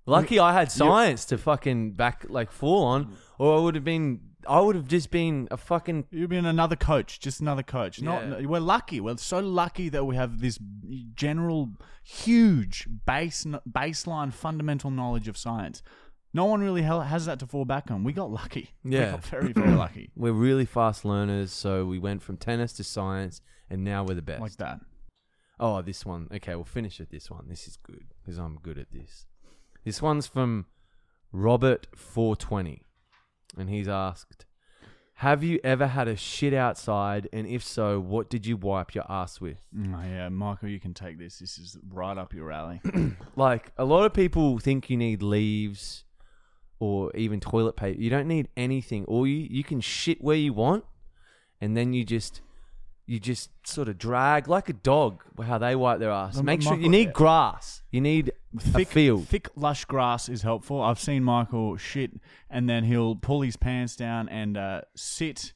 [SPEAKER 3] lucky I had science to fucking back, like, fall on, or I would have been, I would have just been a fucking.
[SPEAKER 2] You've been another coach, just another coach. Not
[SPEAKER 3] Yeah.
[SPEAKER 2] we're lucky. We're so lucky that we have this general, huge base baseline fundamental knowledge of science. No one really hel- has that to fall back on. We got lucky. we
[SPEAKER 3] Yeah.
[SPEAKER 2] got very very lucky.
[SPEAKER 3] We're really fast learners, so we went from tennis to science, and now we're the best.
[SPEAKER 2] Like that.
[SPEAKER 3] Oh, this one. Okay, we'll finish with this one. This is good because I'm good at this. This one's from Robert420, and he's asked, "Have you ever had a shit outside, and if so, what did you wipe your ass with?"
[SPEAKER 2] Mm, yeah, Michael, you can take this. This is right up your alley.
[SPEAKER 3] Like a lot of people think you need leaves or even toilet paper. You don't need anything. Or you you can shit where you want, and then you just. You just sort of drag like a dog, how they wipe their ass.
[SPEAKER 2] No,
[SPEAKER 3] Make sure you
[SPEAKER 2] Michael-
[SPEAKER 3] need grass. You need
[SPEAKER 2] thick
[SPEAKER 3] a field.
[SPEAKER 2] thick lush grass is helpful. I've seen Michael shit and then he'll pull his pants down and uh, sit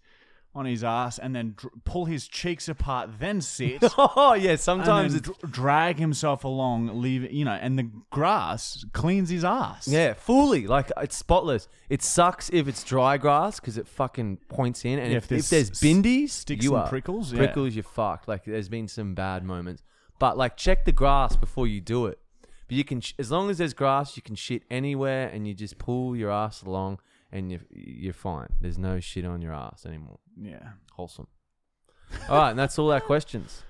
[SPEAKER 2] on his ass and then dr- pull his cheeks apart, then sit.
[SPEAKER 3] oh yeah,
[SPEAKER 2] and
[SPEAKER 3] sometimes
[SPEAKER 2] then
[SPEAKER 3] it's
[SPEAKER 2] dr- drag himself along, leave you know, and the grass cleans his ass.
[SPEAKER 3] yeah, fully like it's spotless. It sucks if it's dry grass because it fucking points in, and
[SPEAKER 2] Yeah,
[SPEAKER 3] if,
[SPEAKER 2] if there's
[SPEAKER 3] if there's
[SPEAKER 2] s-
[SPEAKER 3] bindies,
[SPEAKER 2] sticks
[SPEAKER 3] you
[SPEAKER 2] and
[SPEAKER 3] are
[SPEAKER 2] prickles, yeah.
[SPEAKER 3] prickles, you're fucked. Like there's been some bad moments, but like check the grass before you do it. But you can, sh- as long as there's grass, you can shit anywhere, and you just pull your ass along, and you're you're fine. There's no shit on your ass anymore.
[SPEAKER 2] yeah.
[SPEAKER 3] Wholesome. All right, and that's all our questions.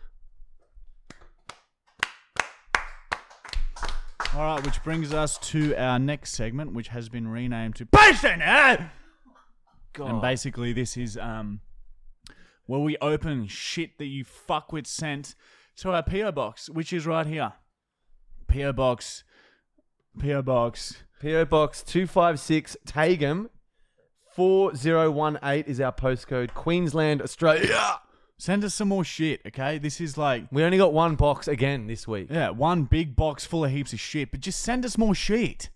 [SPEAKER 2] All right, which brings us to our next segment, which has been renamed to Patient Ad! And basically, this is um, where we open shit that you fuck with sent to our PO box, which is right here. PO box, PO box.
[SPEAKER 3] PO Box 256 Tagum 4018 is our postcode, Queensland, Australia.
[SPEAKER 2] Send us some more shit, okay? This is like
[SPEAKER 3] We only got one box again this week.
[SPEAKER 2] Yeah, one big box full of heaps of shit, but just send us more shit.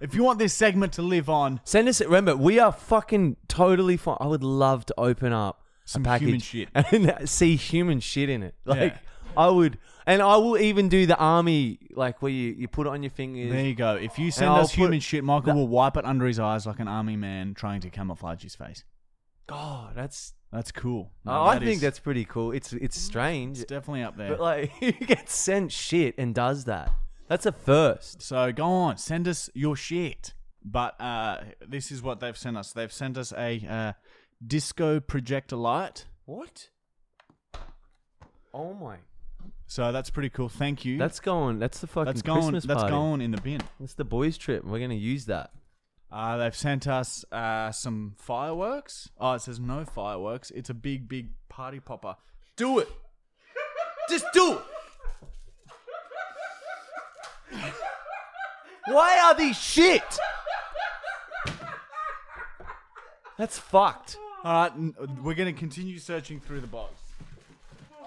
[SPEAKER 2] If you want this segment to live on,
[SPEAKER 3] Send us, remember, we are fucking totally fine. I would love to open up
[SPEAKER 2] Some
[SPEAKER 3] a package
[SPEAKER 2] human shit.
[SPEAKER 3] and see human shit in it. Like,
[SPEAKER 2] Yeah.
[SPEAKER 3] I would, and I will even do the army, like where you, you put it on your fingers.
[SPEAKER 2] there you go. If you send
[SPEAKER 3] I'll
[SPEAKER 2] us human
[SPEAKER 3] put-
[SPEAKER 2] shit, Michael
[SPEAKER 3] the-
[SPEAKER 2] will wipe it under his eyes like an army man trying to camouflage his face.
[SPEAKER 3] God, that's,
[SPEAKER 2] That's cool.
[SPEAKER 3] I-
[SPEAKER 2] No,
[SPEAKER 3] Oh, I
[SPEAKER 2] that
[SPEAKER 3] think
[SPEAKER 2] is-
[SPEAKER 3] that's pretty cool. It's, it's strange,
[SPEAKER 2] it's definitely up there.
[SPEAKER 3] but like, you get sent shit and does that. That's a first.
[SPEAKER 2] so go on, send us your shit. But uh, this is what they've sent us. They've sent us a uh, disco projector light.
[SPEAKER 3] What? Oh my!
[SPEAKER 2] So that's pretty cool. Thank you.
[SPEAKER 3] That's going. That's the fucking
[SPEAKER 2] that's going.
[SPEAKER 3] Christmas
[SPEAKER 2] That's
[SPEAKER 3] party.
[SPEAKER 2] going in the bin.
[SPEAKER 3] It's the boys' trip. and We're gonna use that.
[SPEAKER 2] Uh, they've sent us uh, some fireworks. Oh, it says no fireworks. It's a big, big party popper.
[SPEAKER 3] Do it. Just do it. Why are these shit? That's fucked.
[SPEAKER 2] All right, n- we're going to continue searching through the box.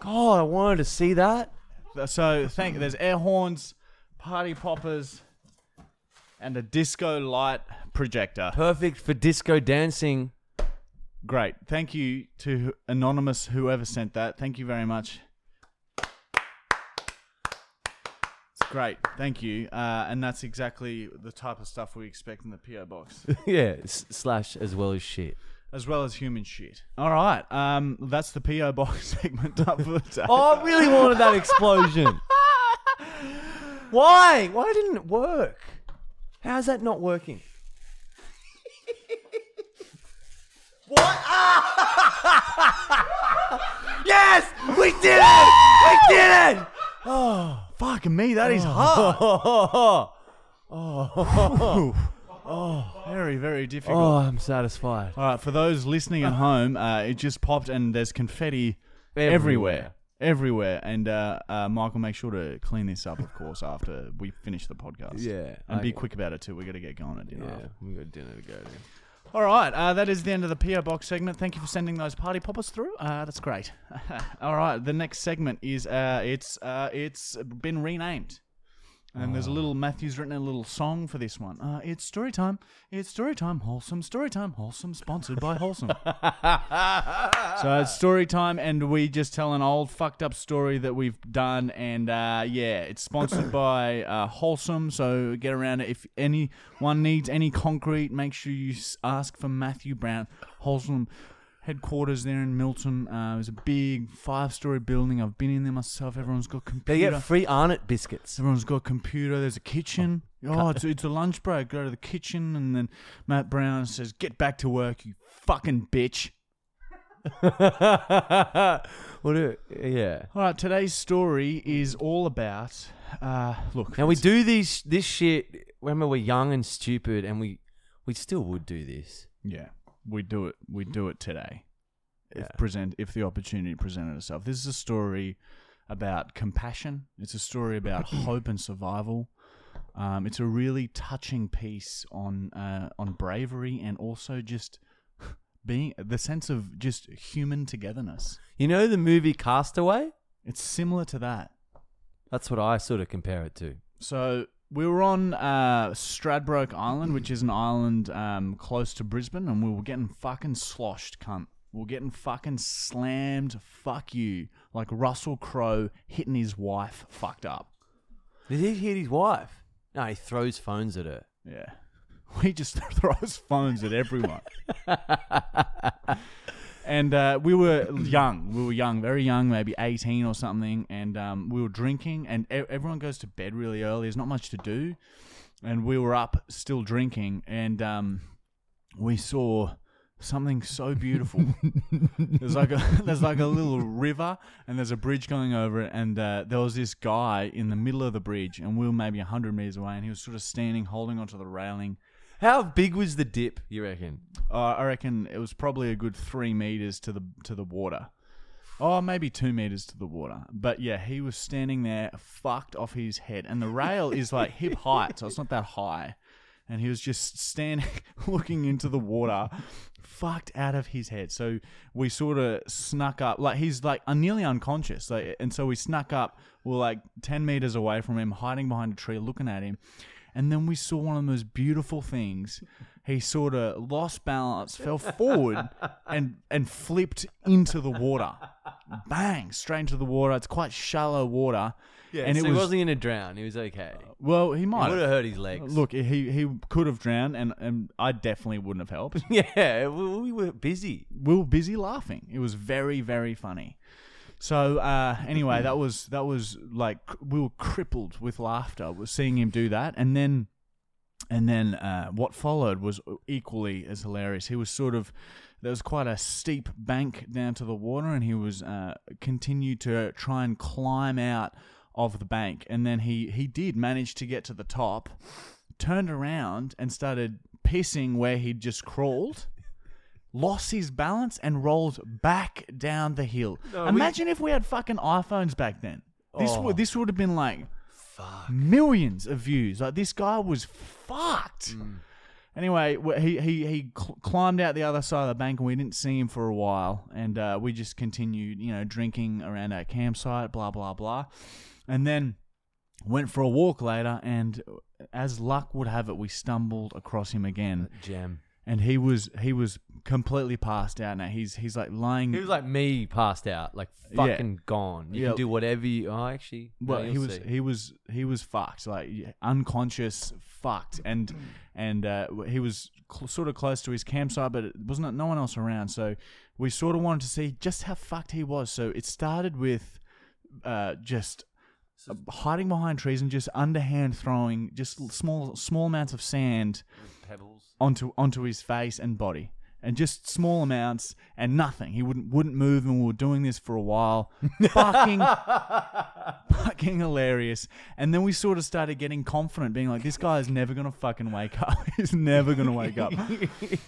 [SPEAKER 3] God, I wanted to see that.
[SPEAKER 2] Uh, So thank. There's air horns, party poppers, and a disco light projector.
[SPEAKER 3] Perfect for disco dancing.
[SPEAKER 2] Great. Thank you to anonymous whoever sent that. Thank you very much. It's great. Thank you. Uh, and that's exactly the type of stuff we expect in the PO box,
[SPEAKER 3] yeah, s- slash as well as shit.
[SPEAKER 2] as well as human shit. All right. Um, that's the PO box segment up for the day.
[SPEAKER 3] Oh, I really wanted that explosion. Why? Why didn't it work? How's that not working? what? Ah! yes! We did it! We did it! Oh,
[SPEAKER 2] fuck me. That is
[SPEAKER 3] oh,
[SPEAKER 2] hard.
[SPEAKER 3] oh,
[SPEAKER 2] Very, very difficult.
[SPEAKER 3] oh, I'm satisfied.
[SPEAKER 2] All right, for those listening at home, uh, it just popped and there's confetti everywhere.
[SPEAKER 3] Everywhere.
[SPEAKER 2] Everywhere. And uh, uh, Michael, make sure to clean this up, of course, after we finish the podcast.
[SPEAKER 3] Yeah,
[SPEAKER 2] And be
[SPEAKER 3] I-
[SPEAKER 2] quick about it, too. we got to get going at dinner. after.
[SPEAKER 3] we got dinner to go to.
[SPEAKER 2] All right, uh, that is the end of the PO Box segment. Thank you for sending those party poppers through. Uh, that's great. All right, the next segment is uh, it's uh, it's been renamed. And there's a
[SPEAKER 3] Ah.
[SPEAKER 2] little Matthew's written a little song for this one. Uh, it's story time. It's story time. Wholesome story time. Wholesome sponsored by Wholesome. so it's story time, and we just tell an old fucked up story that we've done, and uh, yeah, it's sponsored by uh, Wholesome. So get around it. If anyone needs any concrete, make sure you s- ask for Matthew Brown Wholesome. Headquarters there in Milton. Uh, it was a big five-story building. I've been in there myself. Everyone's got
[SPEAKER 3] They
[SPEAKER 2] computer.
[SPEAKER 3] get free Arnott biscuits.
[SPEAKER 2] Everyone's got a computer. There's a kitchen. Oh, it's, it's a lunch break. Go to the kitchen, and then Matt Brown says, "Get back to work, you fucking bitch."
[SPEAKER 3] what do? Yeah.
[SPEAKER 2] All right, today's story is all about. Uh, look,
[SPEAKER 3] Now we do these this shit when we were young and stupid, and we we still would do this.
[SPEAKER 2] yeah, we do it. We do it today.
[SPEAKER 3] Yeah.
[SPEAKER 2] If present, if the opportunity presented itself, this is a story about compassion. It's a story about hope and survival. Um, it's a really touching piece on uh, on bravery and also just being the sense of just human togetherness.
[SPEAKER 3] You know the movie Castaway?
[SPEAKER 2] It's similar to that.
[SPEAKER 3] That's what I sort of compare it to.
[SPEAKER 2] So we were on uh, Stradbroke Island, which is an island um, close to Brisbane, and we were getting fucking sloshed, cunt. We were getting fucking slammed, fuck you, like Russell Crowe hitting his wife, fucked up.
[SPEAKER 3] Did he hit his wife? No, he throws phones at her.
[SPEAKER 2] Yeah. He just throws phones at everyone. and uh, we were young. We were young, very young, maybe 18 or something. And um, we were drinking, and e- everyone goes to bed really early. There's not much to do. And we were up still drinking, and um, we saw something so beautiful. there's like a there's like a little river and there's a bridge going over it and uh, there was this guy in the middle of the bridge and we were maybe 100 meters away and he was sort of standing holding onto the railing
[SPEAKER 3] How big was the dip? You reckon?
[SPEAKER 2] uh, I reckon it was probably a good three meters to the to the water. Oh, maybe two meters to the water. But yeah, he was standing there, fucked off his head, and the rail is like hip height, so it's not that high. And he was just standing, looking into the water, fucked out of his head. So we sort of snuck up, like he's like uh, nearly unconscious. Like, and so we snuck up. We're like ten meters away from him, hiding behind a tree, looking at him. And then we saw one of the most beautiful things. He sort of lost balance, fell forward, and and flipped into the water. Bang! Straight into the water. It's quite shallow water. Yeah, and
[SPEAKER 3] so
[SPEAKER 2] it
[SPEAKER 3] he
[SPEAKER 2] was
[SPEAKER 3] wasn't gonna drown. He was okay.
[SPEAKER 2] well. He
[SPEAKER 3] He
[SPEAKER 2] might
[SPEAKER 3] would
[SPEAKER 2] have.
[SPEAKER 3] have hurt his legs.
[SPEAKER 2] Look, he he could have drowned, and and I definitely wouldn't have helped.
[SPEAKER 3] Yeah, we, we were busy.
[SPEAKER 2] we were busy laughing. It was very, very funny. So uh, anyway, that was that was like cr- we were crippled with laughter was seeing him do that, and then and then uh, what followed was equally as hilarious. He was sort of there was quite a steep bank down to the water, and he was uh, continued to try and climb out of the bank, and then he he did manage to get to the top, turned around and started pissing where he'd just crawled lost his balance and rolled back down the hill. Imagine if we had fucking iPhones back then. This
[SPEAKER 3] Oh.
[SPEAKER 2] would this would have been like millions of views. Like this guy was fucked.
[SPEAKER 3] Mm.
[SPEAKER 2] Anyway, wh- he he he cl- climbed out the other side of the bank, and we didn't see him for a while. And uh, we just continued, you know, drinking around our campsite, blah blah blah. And then went for a walk later, and as luck would have it, we stumbled across him again.
[SPEAKER 3] Gem.
[SPEAKER 2] And he was he was completely passed out. Now he's he's like lying.
[SPEAKER 3] He was like me, passed out, like
[SPEAKER 2] Yeah.
[SPEAKER 3] fucking gone. You
[SPEAKER 2] Yeah.
[SPEAKER 3] can do whatever you. Oh, actually, no,
[SPEAKER 2] well, he
[SPEAKER 3] you'll
[SPEAKER 2] was
[SPEAKER 3] see.
[SPEAKER 2] he was he was fucked, like yeah, unconscious, fucked, and and uh, he was cl- sort of close to his campsite, but it wasn't no one else around. So we sort of wanted to see just how fucked he was. So it started with uh, just uh, hiding behind trees and just underhand throwing just l- small small amounts of sand
[SPEAKER 3] pebbles.
[SPEAKER 2] onto onto his face and body and just small amounts and nothing he wouldn't wouldn't move and we were doing this for a while fucking fucking hilarious and then we sort of started getting confident being like this guy is never gonna fucking wake up he's never gonna wake up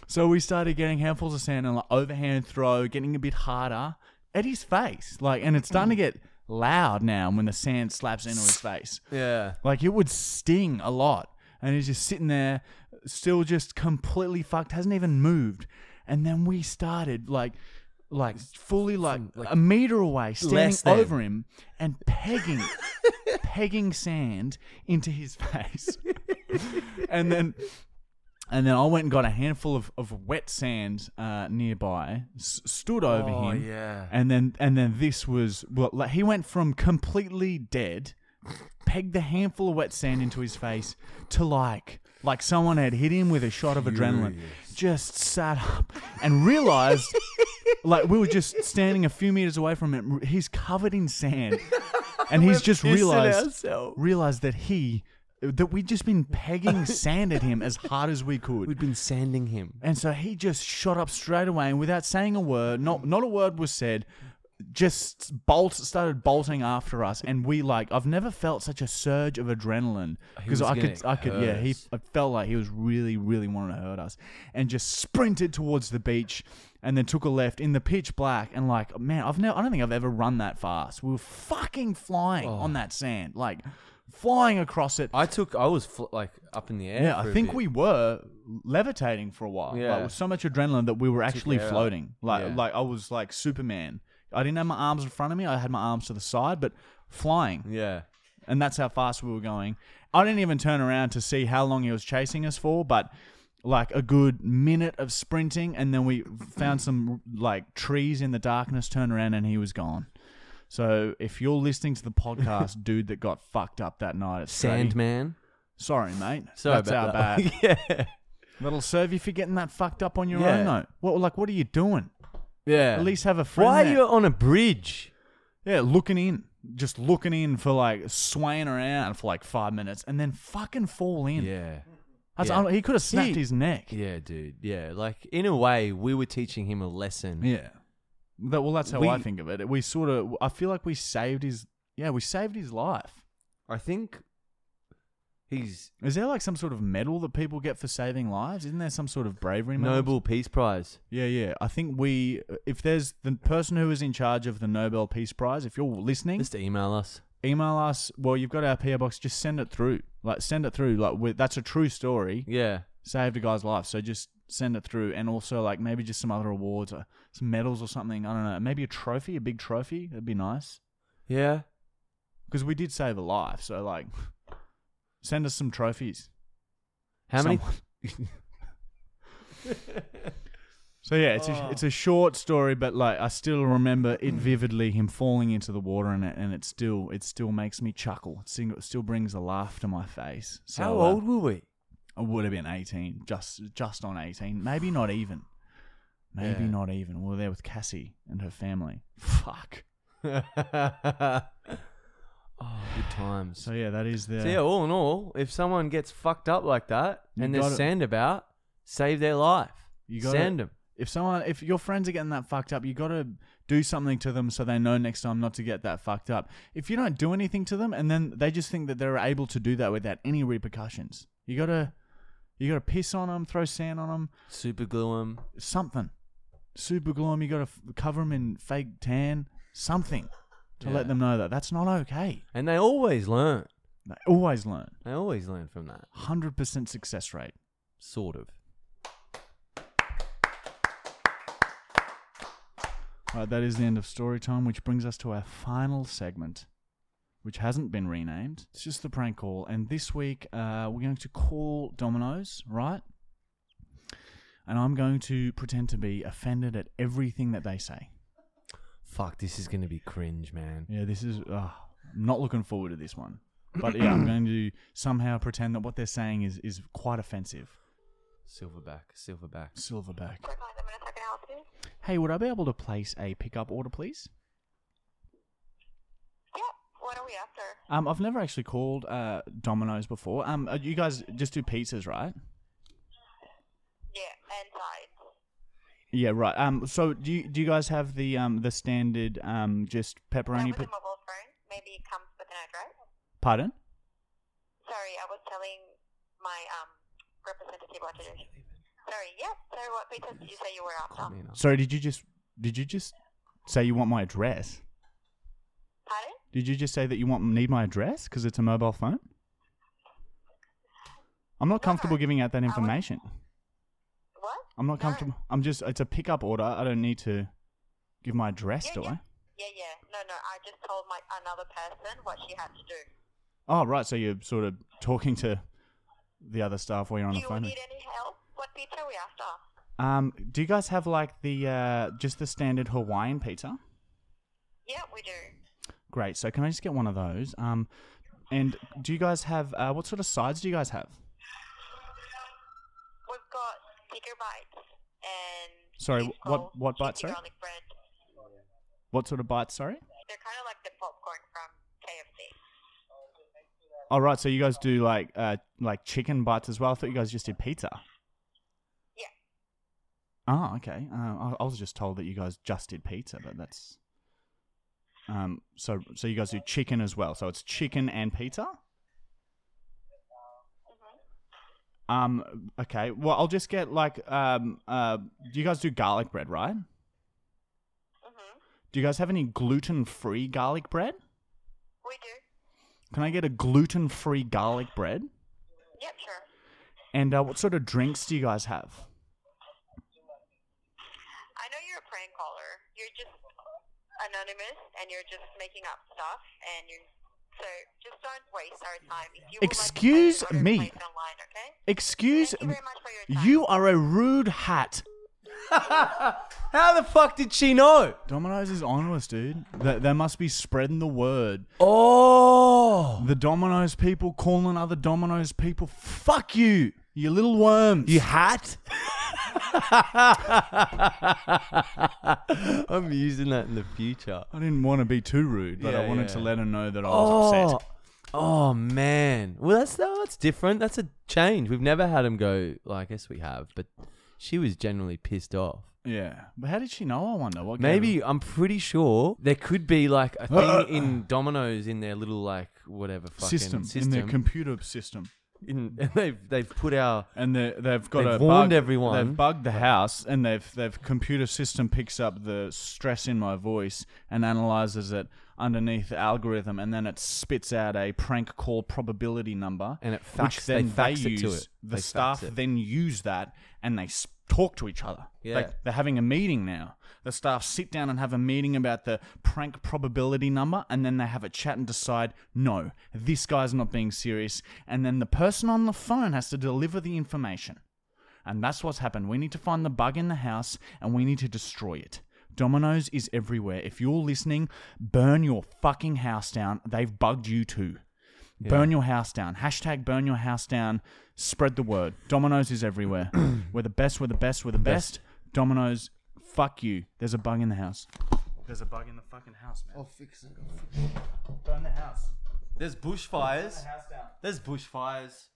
[SPEAKER 2] so we started getting handfuls of sand and like overhand throw getting a bit harder at his face like and it's starting to get loud now when the sand slaps into his face
[SPEAKER 3] Yeah.
[SPEAKER 2] like it would sting a lot. And he's just sitting there, still just completely fucked, hasn't even moved. And then we started like, like fully like,
[SPEAKER 3] like
[SPEAKER 2] a meter away, standing
[SPEAKER 3] less than.
[SPEAKER 2] over him and pegging, pegging sand into his face. and then, and then I went and got a handful of, of wet sand uh, nearby, s- stood over
[SPEAKER 3] Oh,
[SPEAKER 2] him,
[SPEAKER 3] yeah.
[SPEAKER 2] and then and then this was well, like, he went from completely dead pegged the handful of wet sand into his face to like like someone had hit him with a shot of adrenaline just sat up and realized like we were just standing a few meters away from him he's covered in sand and he's just realized realized that he that we'd just been pegging sand at him as hard as we could
[SPEAKER 3] We'd been sanding him.
[SPEAKER 2] and so he just shot up straight away and without saying a word, not not a word was said, just bolt started bolting after us and we like I've never felt such a surge of adrenaline
[SPEAKER 3] He
[SPEAKER 2] because
[SPEAKER 3] was
[SPEAKER 2] I
[SPEAKER 3] gonna
[SPEAKER 2] could I could yeah,
[SPEAKER 3] hurt
[SPEAKER 2] he
[SPEAKER 3] us.
[SPEAKER 2] I felt like he was really really wanting to hurt us and just sprinted towards the beach and then took a left in the pitch black and like man, I've never I don't think I've ever run that fast. We were fucking flying on that sand, like flying across it.
[SPEAKER 3] Oh. I took. I was fl- like up in the air.
[SPEAKER 2] Yeah,
[SPEAKER 3] for
[SPEAKER 2] I
[SPEAKER 3] a
[SPEAKER 2] think
[SPEAKER 3] bit.
[SPEAKER 2] we were levitating for a while.
[SPEAKER 3] Yeah.
[SPEAKER 2] Like, with so much adrenaline that we were actually
[SPEAKER 3] air out.
[SPEAKER 2] floating. Like
[SPEAKER 3] Yeah.
[SPEAKER 2] like I was like Superman. I didn't have my arms in front of me. I had my arms to the side, but flying.
[SPEAKER 3] Yeah.
[SPEAKER 2] And that's how fast we were going. I didn't even turn around to see how long he was chasing us for, but like a good minute of sprinting and then we found some like trees in the darkness, turned around and he was gone. So if you're listening to the podcast, dude that got fucked up that night at Stratty,
[SPEAKER 3] Sandman.
[SPEAKER 2] Sorry, mate.
[SPEAKER 3] Sorry
[SPEAKER 2] that's
[SPEAKER 3] about
[SPEAKER 2] our
[SPEAKER 3] that.
[SPEAKER 2] bad.
[SPEAKER 3] yeah.
[SPEAKER 2] That'll serve you for getting that fucked up on your
[SPEAKER 3] Yeah.
[SPEAKER 2] own, though. What, like, what are you doing?
[SPEAKER 3] Yeah.
[SPEAKER 2] At least have a friend.
[SPEAKER 3] Why are
[SPEAKER 2] there.
[SPEAKER 3] you on a bridge?
[SPEAKER 2] Yeah, looking in, just looking in for like swaying around for like five minutes, and then fucking fall in.
[SPEAKER 3] Yeah.
[SPEAKER 2] That's,
[SPEAKER 3] Yeah.
[SPEAKER 2] I- he could have snapped
[SPEAKER 3] He-
[SPEAKER 2] his neck.
[SPEAKER 3] Yeah, dude. Yeah. Like in a way, we were teaching him a lesson.
[SPEAKER 2] Yeah. That, well, that's how
[SPEAKER 3] We-
[SPEAKER 2] I think of it. We sort of, I feel like we saved his. Yeah, we saved his life.
[SPEAKER 3] I think he's
[SPEAKER 2] Is there like some sort of medal that people get for saving lives? Isn't there some sort of bravery medal?
[SPEAKER 3] Nobel Peace Prize.
[SPEAKER 2] Yeah, yeah. I think we, if there's the person who is in charge of the Nobel Peace Prize, if you're listening,
[SPEAKER 3] Just email us.
[SPEAKER 2] email us. Well, you've got our PO box. Just send it through. Like send it through. Like with, that's a true story.
[SPEAKER 3] Yeah.
[SPEAKER 2] Saved a guy's life. So just send it through, and also like maybe just some other awards, or some medals or something. I don't know. Maybe a trophy, a big trophy. That'd be nice
[SPEAKER 3] Yeah.
[SPEAKER 2] because we did save a life. So like, send us some trophies.
[SPEAKER 3] How many?
[SPEAKER 2] Someone. So yeah, it's
[SPEAKER 3] Oh.
[SPEAKER 2] a, it's a short story, but like I still remember it vividly. Him falling into the water and it and it still it still makes me chuckle. It sing- it still brings a laugh to my face. So,
[SPEAKER 3] How
[SPEAKER 2] uh,
[SPEAKER 3] old were we?
[SPEAKER 2] I would have been eighteen, just just on eighteen, maybe not even, maybe
[SPEAKER 3] Yeah.
[SPEAKER 2] not even. We were there with Cassie and her family. Fuck.
[SPEAKER 3] oh, good times.
[SPEAKER 2] So yeah, that is the
[SPEAKER 3] So yeah, all in all, if someone gets fucked up like that
[SPEAKER 2] You
[SPEAKER 3] and there's
[SPEAKER 2] gotta-
[SPEAKER 3] sand about, save their life.
[SPEAKER 2] You gotta-
[SPEAKER 3] sand them.
[SPEAKER 2] if someone if your friends are getting that fucked up you got to do something to them so they know next time not to get that fucked up if you don't do anything to them and then they just think that they're able to do that without any repercussions you got to you got to piss on them throw sand on them
[SPEAKER 3] Super glue them.
[SPEAKER 2] something super glue 'em, you got to f- cover them in fake tan something to
[SPEAKER 3] Yeah.
[SPEAKER 2] let them know that that's not okay
[SPEAKER 3] And they always learn.
[SPEAKER 2] they always learn
[SPEAKER 3] They always learn from that.
[SPEAKER 2] 100% success rate
[SPEAKER 3] Sort of.
[SPEAKER 2] Uh, All right, that is the end of story time which brings us to our final segment which hasn't been renamed. It's just the prank call. And this week, uh, we're going to call Domino's, right? And I'm going to pretend to be offended at everything that they say.
[SPEAKER 3] Fuck, this is gonna be cringe, man.
[SPEAKER 2] Yeah, this is. Uh, I'm not looking forward to this one. But yeah, I'm going to somehow pretend that what they're saying is, is quite offensive.
[SPEAKER 3] Silverback, silverback.
[SPEAKER 2] Silverback. Hey, would I be able to place a pickup order, please?
[SPEAKER 5] What are we after?
[SPEAKER 2] Um, I've never actually called uh, Domino's before. Um, uh, you guys just do pizzas, right?
[SPEAKER 5] Yeah, and sides.
[SPEAKER 2] Yeah, right. Um, so do you, do you guys have the um the standard um just
[SPEAKER 5] That
[SPEAKER 2] pepperoni?
[SPEAKER 5] was
[SPEAKER 2] pi-
[SPEAKER 5] a mobile phone. Maybe it comes with an address.
[SPEAKER 2] Pardon?
[SPEAKER 5] Sorry, I was telling my um representative what to do. Sorry, yeah. So what pizzas did you say you were after?
[SPEAKER 3] Call me now.
[SPEAKER 2] Sorry, did you just did you just say you want my address?
[SPEAKER 5] Pardon?
[SPEAKER 2] Did you just say that you want need my address because it's a mobile phone? I'm not comfortable giving out that
[SPEAKER 5] I want-
[SPEAKER 2] information.
[SPEAKER 5] What?
[SPEAKER 2] I'm not
[SPEAKER 5] No.
[SPEAKER 2] comfortable. I'm just it's a pickup order. I don't need to give my address,
[SPEAKER 5] Yeah,
[SPEAKER 2] do I?
[SPEAKER 5] yeah. Yeah, yeah. No, no. I just told my another person what she had to do.
[SPEAKER 2] Oh, right. So you're sort of talking to the other staff while you're on
[SPEAKER 5] Do
[SPEAKER 2] the
[SPEAKER 5] you
[SPEAKER 2] phone. eh?
[SPEAKER 5] need any help? What pizza are we after?
[SPEAKER 2] Um, do you guys have like the uh, just the standard Hawaiian pizza?
[SPEAKER 5] Yeah, we do.
[SPEAKER 2] Great. So can I just get one of those? Um, and do you guys have uh, what sort of sides do you guys have?
[SPEAKER 5] We've got bigger bites and
[SPEAKER 2] Sorry,
[SPEAKER 5] it's
[SPEAKER 2] what-
[SPEAKER 5] called
[SPEAKER 2] what bites,
[SPEAKER 5] cheesy
[SPEAKER 2] sorry?
[SPEAKER 5] Garlic bread.
[SPEAKER 2] What sort of bites? Sorry.
[SPEAKER 5] They're kind of like the popcorn from KFC.
[SPEAKER 2] All Oh, right. So you guys do like uh, like chicken bites as well. I thought you guys just did pizza.
[SPEAKER 5] Yeah.
[SPEAKER 2] Oh, okay. Uh, I, I was just told that you guys just did pizza, but that's um. So so you guys do chicken as well. So it's chicken and pizza. Um. Okay. Well, I'll just get like um. Uh. Do you guys do garlic bread, right?
[SPEAKER 5] Mhm.
[SPEAKER 2] Do you guys have any gluten-free garlic bread?
[SPEAKER 5] We do.
[SPEAKER 2] Can I get a gluten-free garlic bread?
[SPEAKER 5] Yep, sure.
[SPEAKER 2] And uh, what sort of drinks do you guys have?
[SPEAKER 5] I know you're a prank caller. You're just anonymous and you're just making up stuff and you're so just don't waste our time. If you would like to place
[SPEAKER 2] Excuse
[SPEAKER 5] an order,
[SPEAKER 2] me.
[SPEAKER 5] place it online, okay?
[SPEAKER 2] Excuse
[SPEAKER 5] Thank you very much for your time.
[SPEAKER 2] You are a rude hat.
[SPEAKER 3] How the fuck did she know?
[SPEAKER 2] Domino's is on us, dude. They, they must be spreading the word.
[SPEAKER 3] Oh,
[SPEAKER 2] The Domino's people calling other Domino's people. Fuck you, you little worms.
[SPEAKER 3] you hat. I'm using that in the future.
[SPEAKER 2] I didn't want to be too rude, but I
[SPEAKER 3] Yeah,
[SPEAKER 2] wanted
[SPEAKER 3] yeah.
[SPEAKER 2] to let her know that I was
[SPEAKER 3] oh,
[SPEAKER 2] upset.
[SPEAKER 3] oh man. Well, that's no, that's different. That's a change. We've never had him go. Well, I guess we have, but she was generally pissed off.
[SPEAKER 2] Yeah, but how did she know? I wonder. What gave her-
[SPEAKER 3] Oh. Maybe I'm pretty sure there could be like a thing in Domino's in their little like whatever fucking
[SPEAKER 2] system,
[SPEAKER 3] system,
[SPEAKER 2] in their computer system,
[SPEAKER 3] In- and they've they've put our
[SPEAKER 2] and they, they've got
[SPEAKER 3] They've
[SPEAKER 2] a
[SPEAKER 3] warned
[SPEAKER 2] bug-
[SPEAKER 3] everyone.
[SPEAKER 2] They've bugged the house, and they've they've computer system picks up the stress in my voice and analyzes it underneath the algorithm, and then it spits out a prank call probability number,
[SPEAKER 3] And it fax-
[SPEAKER 2] which
[SPEAKER 3] they
[SPEAKER 2] then
[SPEAKER 3] fax it to
[SPEAKER 2] use.
[SPEAKER 3] it.
[SPEAKER 2] The
[SPEAKER 3] They fax
[SPEAKER 2] staff
[SPEAKER 3] it.
[SPEAKER 2] then use that, and they s- talk to each other.
[SPEAKER 3] Yeah.
[SPEAKER 2] Like, they're having a meeting now. The staff sit down and have a meeting about the prank probability number, and then they have a chat and decide, no, this guy's not being serious. And then the person on the phone has to deliver the information. And that's what's happened. We need to find the bug in the house and we need to destroy it. Dominoes is everywhere. If you're listening, burn your fucking house down. They've bugged you too. Burn your house down. Hashtag burn your house down. Spread the word. Dominoes is everywhere. we're the best, we're the best, we're the best. Dominoes, fuck you. There's a bug in the house. There's a bug in the fucking house, man. I'll fix it. Burn the house.
[SPEAKER 3] there's bushfires.
[SPEAKER 2] House down.
[SPEAKER 3] There's bushfires.